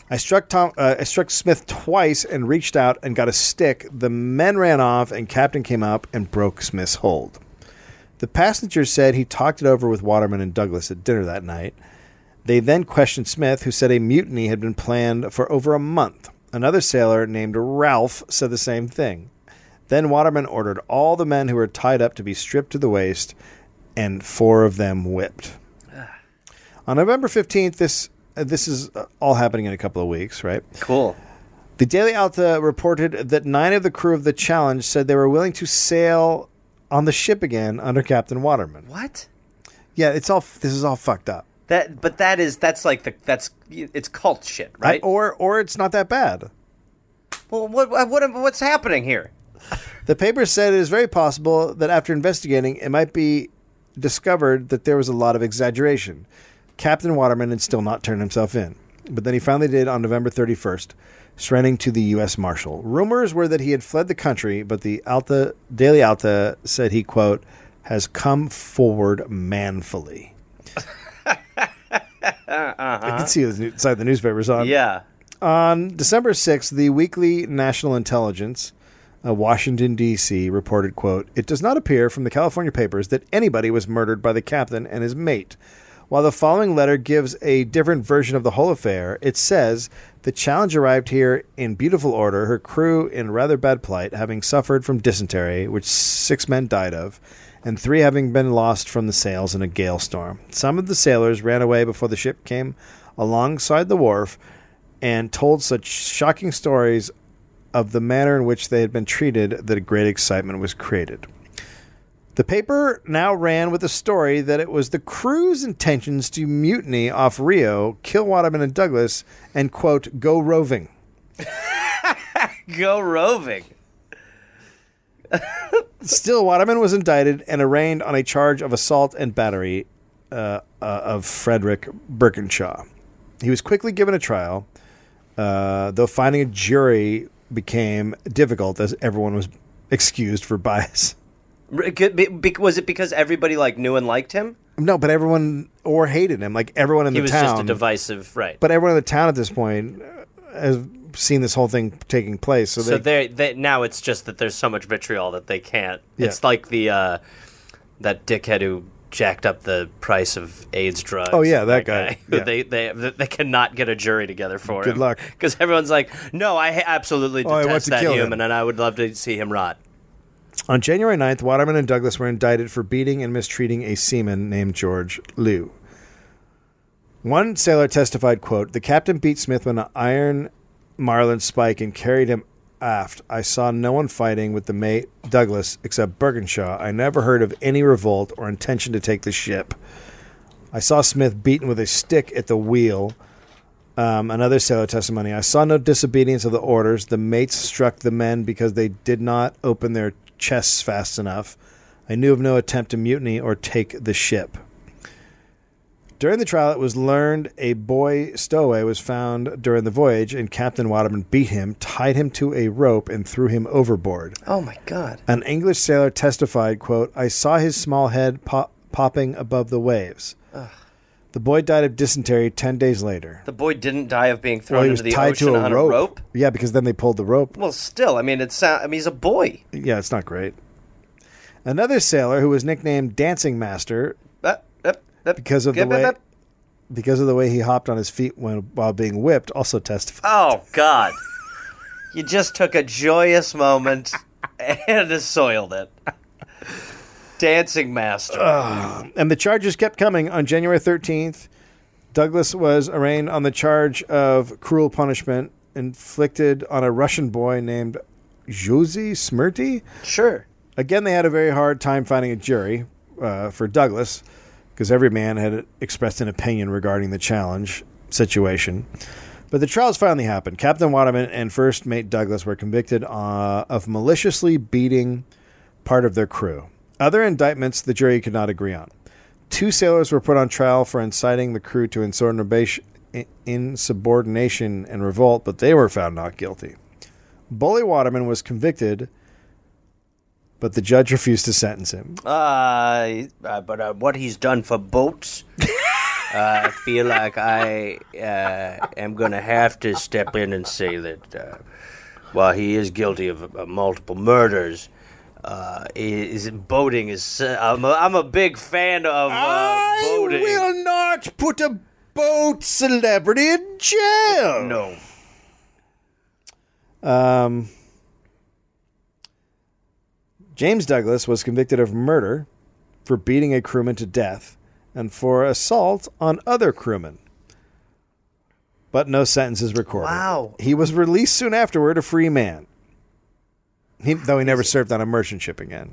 Speaker 1: I struck Tom uh, I struck Smith twice and reached out and got a stick the men ran off and captain came up and broke Smith's hold the passenger said he talked it over with Waterman and Douglas at dinner that night they then questioned Smith, who said a mutiny had been planned for over a month. Another sailor named Ralph said the same thing. Then Waterman ordered all the men who were tied up to be stripped to the waist, and four of them whipped. On November 15th, this, uh, this is uh, all happening in a couple of weeks, right?
Speaker 2: Cool.
Speaker 1: The Daily Alta reported that nine of the crew of the Challenge said they were willing to sail on the ship again under Captain Waterman.
Speaker 2: What?
Speaker 1: Yeah, it's all this is all fucked up.
Speaker 2: That but that is that's like the that's it's cult shit, right?
Speaker 1: Or or it's not that bad.
Speaker 2: well, what,
Speaker 1: uh,
Speaker 2: what what what's happening here?
Speaker 1: The paper said it is very possible that after investigating, it might be discovered that there was a lot of exaggeration. Captain Waterman had still not turned himself in, but then he finally did on November 31st, surrendering to the U.S. Marshal. Rumors were that he had fled the country, but the Alta Daily Alta said he quote has come forward manfully. I can see it was inside the newspapers
Speaker 2: Um,
Speaker 1: on
Speaker 5: Yeah.
Speaker 1: on December 6th, the weekly National Intelligence, uh, Washington, D.C., reported, quote, It does not appear from the California papers that anybody was murdered by the captain and his mate. While the following letter gives a different version of the whole affair, it says, The Challenge arrived here in beautiful order, her crew in rather bad plight, having suffered from dysentery, which six men died of, and three having been lost from the sails in a gale storm. Some of the sailors ran away before the ship came alongside the wharf, and told such shocking stories of the manner in which they had been treated that a great excitement was created. The paper now ran with the story that it was the crew's intentions to mutiny off Rio, kill Waterman and Douglas, and quote, go roving.
Speaker 5: Go roving.
Speaker 1: Still, Waterman was indicted and arraigned on a charge of assault and battery uh, uh, of Frederick Birkinshaw. He was quickly given a trial, uh, though finding a jury became difficult as everyone was excused for bias. [LAUGHS]
Speaker 2: R- could be- be- Was it because everybody like knew and liked him?
Speaker 1: No, but everyone or hated him, like everyone in
Speaker 2: He
Speaker 1: the
Speaker 2: was
Speaker 1: town.
Speaker 2: just a divisive, right?
Speaker 1: But everyone in the town at this point uh, has seen this whole thing taking place, so,
Speaker 2: so
Speaker 1: they,
Speaker 2: they they now it's just that there's so much vitriol that they can't.
Speaker 1: Yeah.
Speaker 2: It's like the uh, that dickhead who jacked up the price of AIDS drugs.
Speaker 1: Oh, yeah, that
Speaker 2: [LAUGHS]
Speaker 1: guy. Yeah.
Speaker 2: They, they they they cannot get a jury together for him.
Speaker 1: Good luck.
Speaker 2: because everyone's like, no, I ha- absolutely
Speaker 1: Oh, I
Speaker 2: detest
Speaker 1: want to
Speaker 2: that
Speaker 1: kill him."
Speaker 2: human, and I would love to see him rot.
Speaker 1: on January 9th, Waterman and Douglas were indicted for beating and mistreating a seaman named George Liu. One sailor testified, quote, The captain beat Smith with an iron marline spike and carried him aft. I saw no one fighting with the mate, Douglas, except Bergenshaw. I never heard of any revolt or intention to take the ship. I saw Smith beaten with a stick at the wheel. Um, another sailor testimony. I saw no disobedience of the orders. The mates struck the men because they did not open their chests fast enough. I knew of no attempt to mutiny or take the ship. During the trial, it was learned a boy stowaway was found during the voyage, and Captain Waterman beat him, tied him to a rope, and threw him overboard.
Speaker 5: Oh my god.
Speaker 1: An English sailor testified, quote, I saw his small head pop- popping above the waves. The boy died of dysentery 10 days later.
Speaker 5: The boy didn't die of being
Speaker 1: Well,
Speaker 5: thrown into the ocean on a rope.
Speaker 1: Yeah, because then they pulled the rope.
Speaker 5: Well, still, I mean, it's I mean, he's a boy.
Speaker 1: Yeah, it's not great. Another sailor who was nicknamed Dancing Master because of the way because of the way he hopped on his feet when while being whipped also testified.
Speaker 5: Oh God! you just took a
Speaker 1: [LAUGHS]
Speaker 5: joyous moment and soiled it. Dancing master.
Speaker 1: Uh, And the charges kept coming. On January 13th, Douglas was arraigned on the charge of cruel punishment inflicted on a Russian boy named Josie Smirty.
Speaker 2: Sure.
Speaker 1: Again, they had a very hard time finding a jury uh, for Douglas because every man had expressed an opinion regarding the challenge situation. But the trials finally happened. Captain Waterman and First Mate Douglas were convicted uh, of maliciously beating part of their crew. Other indictments the jury could not agree on. Two sailors were put on trial for inciting the crew to insubordination, insubordination and revolt, but they were found not guilty. Bully Waterman was convicted, but the judge refused to sentence him.
Speaker 2: Uh, uh, but uh, what he's done for boats, uh, I feel like I uh, am going to have to step in and say that uh, while he is guilty of uh, multiple murders, uh, is boating is. Uh, I'm, a, I'm a big fan of uh, boating.
Speaker 1: not put a boat celebrity in jail.
Speaker 2: No.
Speaker 1: Um, James Douglas was convicted of murder for beating a crewman to death and for assault on other crewmen. But no sentence is recorded.
Speaker 2: Wow.
Speaker 1: He was released soon afterward a free man. He, though he
Speaker 2: [LAUGHS]
Speaker 1: never served on a merchant ship again.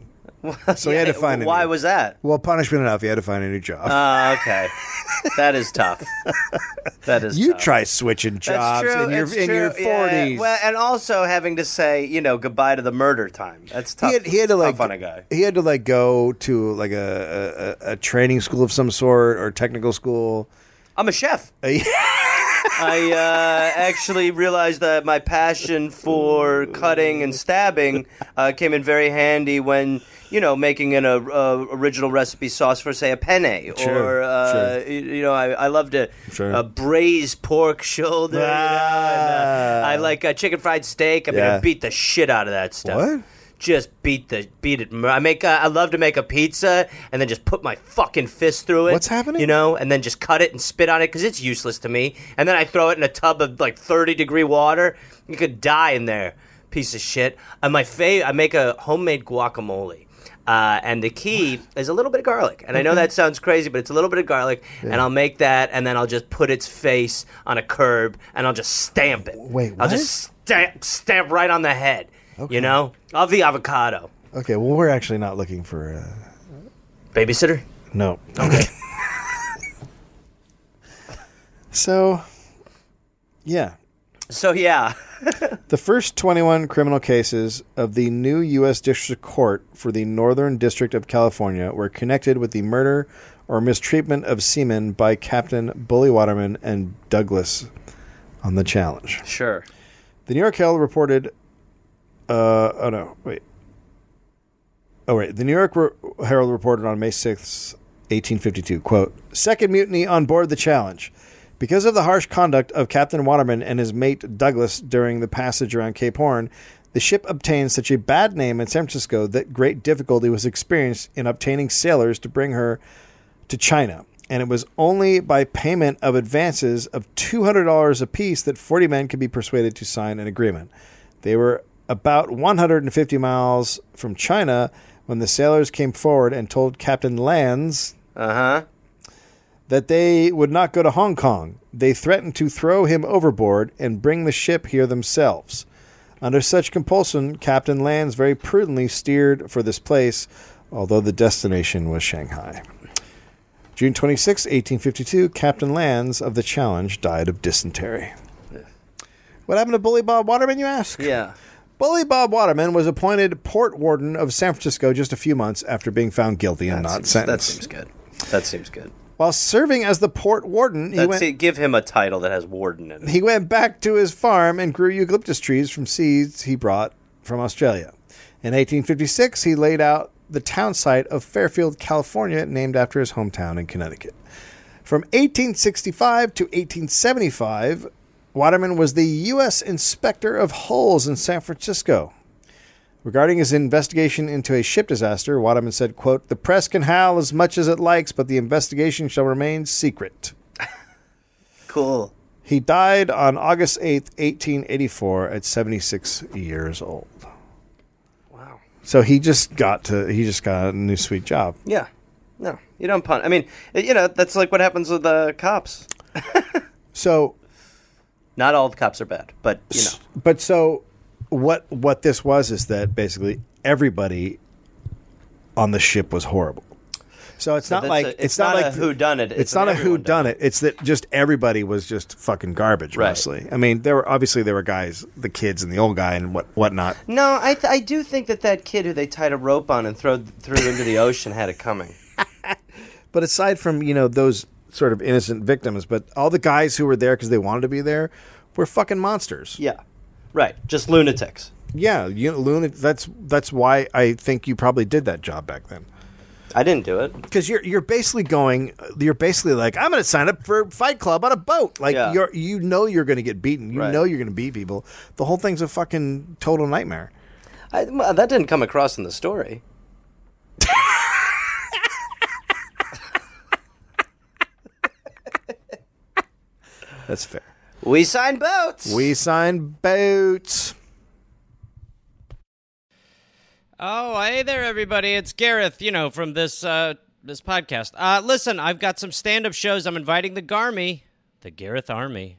Speaker 1: So he had to find a
Speaker 2: Why
Speaker 1: new-
Speaker 2: was that?
Speaker 1: Well, punishment enough, he had to find a new job.
Speaker 2: Uh, okay. that is tough. That is
Speaker 1: you
Speaker 2: tough.
Speaker 1: try switching
Speaker 2: That's
Speaker 1: jobs
Speaker 2: true,
Speaker 1: in your
Speaker 2: it's
Speaker 1: in your
Speaker 2: true, yeah, yeah.
Speaker 1: forties.
Speaker 2: Well, and also having to say, you know, goodbye to the murder time. That's tough.
Speaker 1: he had, he had to
Speaker 2: It's
Speaker 1: like
Speaker 2: tough on a guy.
Speaker 1: he had to like go to like a, a a- a training school of some sort or technical school.
Speaker 2: I'm a chef.
Speaker 1: yeah.
Speaker 2: [LAUGHS] I uh, actually realized that my passion for cutting and stabbing uh, came in very handy when you know making an uh, uh, original recipe sauce for say a penne
Speaker 1: Sure,
Speaker 2: or uh,
Speaker 1: sure.
Speaker 2: y- you know I, I love to
Speaker 1: Sure.
Speaker 2: uh, braise pork shoulder. you know, and, uh,
Speaker 1: Ah.
Speaker 2: I like uh, chicken fried steak. I'm
Speaker 1: Yeah.
Speaker 2: gonna beat the shit out of that stuff.
Speaker 1: What?
Speaker 2: Just beat the beat it. I make. Uh, I love to make a pizza and then just put my fucking fist through it.
Speaker 1: What's happening?
Speaker 2: You know know, and then just cut it and spit on it because it's useless to me. And then I throw it in a tub of like 30 degree water. You could die in there, piece of shit. And my fav- I make a homemade guacamole. Uh, and the key is a little bit of garlic. And I know that sounds crazy, but it's a little bit of garlic. And I'll make that, and then I'll just put its face on a curb and I'll just stamp it.
Speaker 1: Wait,
Speaker 2: I'll
Speaker 1: what?
Speaker 2: just stamp, stamp right on the head.
Speaker 1: Okay.
Speaker 2: You know, of the avocado.
Speaker 1: Okay, well, we're actually not looking for uh,
Speaker 2: Babysitter?
Speaker 1: no.
Speaker 2: [LAUGHS]
Speaker 1: Okay. so, yeah,
Speaker 2: So, yeah.
Speaker 1: the first twenty-one criminal cases of the new U.S. District Court for the Northern District of California were connected with the murder or mistreatment of seamen by Captain Bully Waterman and Douglas on the challenge.
Speaker 2: Sure.
Speaker 1: The New York Herald reported. Uh, oh no, wait. Oh wait, the New York Re- Herald reported on May sixth, eighteen fifty-two. Quote: Second mutiny on board the Challenge. Because of the harsh conduct of Captain Waterman and his mate Douglas during the passage around Cape Horn, the ship obtained such a bad name in San Francisco that great difficulty was experienced in obtaining sailors to bring her to China, and it was only by payment of advances of $200 apiece that 40 men could be persuaded to sign an agreement. They were about 150 miles from China when the sailors came forward and told Captain Lands
Speaker 2: Uh huh.
Speaker 1: that they would not go to Hong Kong. They threatened to throw him overboard and bring the ship here themselves. Under such compulsion, Captain Lands very prudently steered for this place, although the destination was Shanghai. June 26, 1852, Captain Lands of the Challenge died of dysentery. What happened to Bully Bob Waterman, you ask?
Speaker 2: Yeah.
Speaker 1: Bully Bob Waterman was appointed port warden of San Francisco just a few months after being found guilty and
Speaker 2: That
Speaker 1: not
Speaker 2: seems- That
Speaker 1: sentenced.
Speaker 2: seems good. That seems good.
Speaker 1: While serving as the port warden, he
Speaker 2: That's
Speaker 1: went.
Speaker 2: it. Give him a title that has warden in it.
Speaker 1: He went back to his farm and grew eucalyptus trees from seeds he brought from Australia. In 1856, he laid out the town site of Fairfield, California, named after his hometown in Connecticut. From 1865 to 1875, Waterman was the U.S. Inspector of Hulls in San Francisco. Regarding his investigation into a ship disaster, Waterman said, quote, The press can howl as much as it likes, but the investigation shall remain secret.
Speaker 2: Cool.
Speaker 1: He died on August 8th, 1884 at 76 years old.
Speaker 2: Wow.
Speaker 1: So he just got to he just got a new sweet job.
Speaker 2: Yeah. No, you don't pun. I mean, you know, that's like what happens with the cops.
Speaker 1: So
Speaker 2: Not all the cops are bad, but you know.
Speaker 1: But so what what this was is that basically everybody on the ship was horrible. So it's not
Speaker 2: that's
Speaker 1: like
Speaker 2: a-
Speaker 1: it's,
Speaker 2: it's
Speaker 1: not,
Speaker 2: not
Speaker 1: like
Speaker 2: a whodunit,
Speaker 1: It's,
Speaker 2: it's
Speaker 1: not
Speaker 2: an
Speaker 1: a who
Speaker 2: everyone
Speaker 1: done it. It's that just everybody was just fucking garbage
Speaker 2: Right.
Speaker 1: mostly. I mean, there were obviously there were guys, the kids and the old guy and what whatnot.
Speaker 2: No, I, th- I do think that that kid who they tied a rope on and threw threw into the ocean had it coming.
Speaker 1: But aside from you know those sort of innocent victims, but all the guys who were there because they wanted to be there were fucking monsters.
Speaker 2: Yeah, right. Just lunatics.
Speaker 1: Yeah, you know, Luna. That's that's why I think you probably did that job back then.
Speaker 2: I didn't do it.
Speaker 1: because you're you're basically going you're basically like I'm going to sign up for Fight Club on a boat. Like
Speaker 2: Yeah.
Speaker 1: you're you know you're going to get beaten. You
Speaker 2: Right.
Speaker 1: know you're going to beat people. The whole thing's a fucking total nightmare.
Speaker 2: I, well, that didn't come across in the story.
Speaker 1: That's fair.
Speaker 2: We signed boats.
Speaker 1: We sign boats.
Speaker 5: Oh, hey there, everybody. It's Gareth, you know, from this uh, this podcast. Uh, listen, I've got some stand up shows I'm inviting the Garmy, the Gareth Army,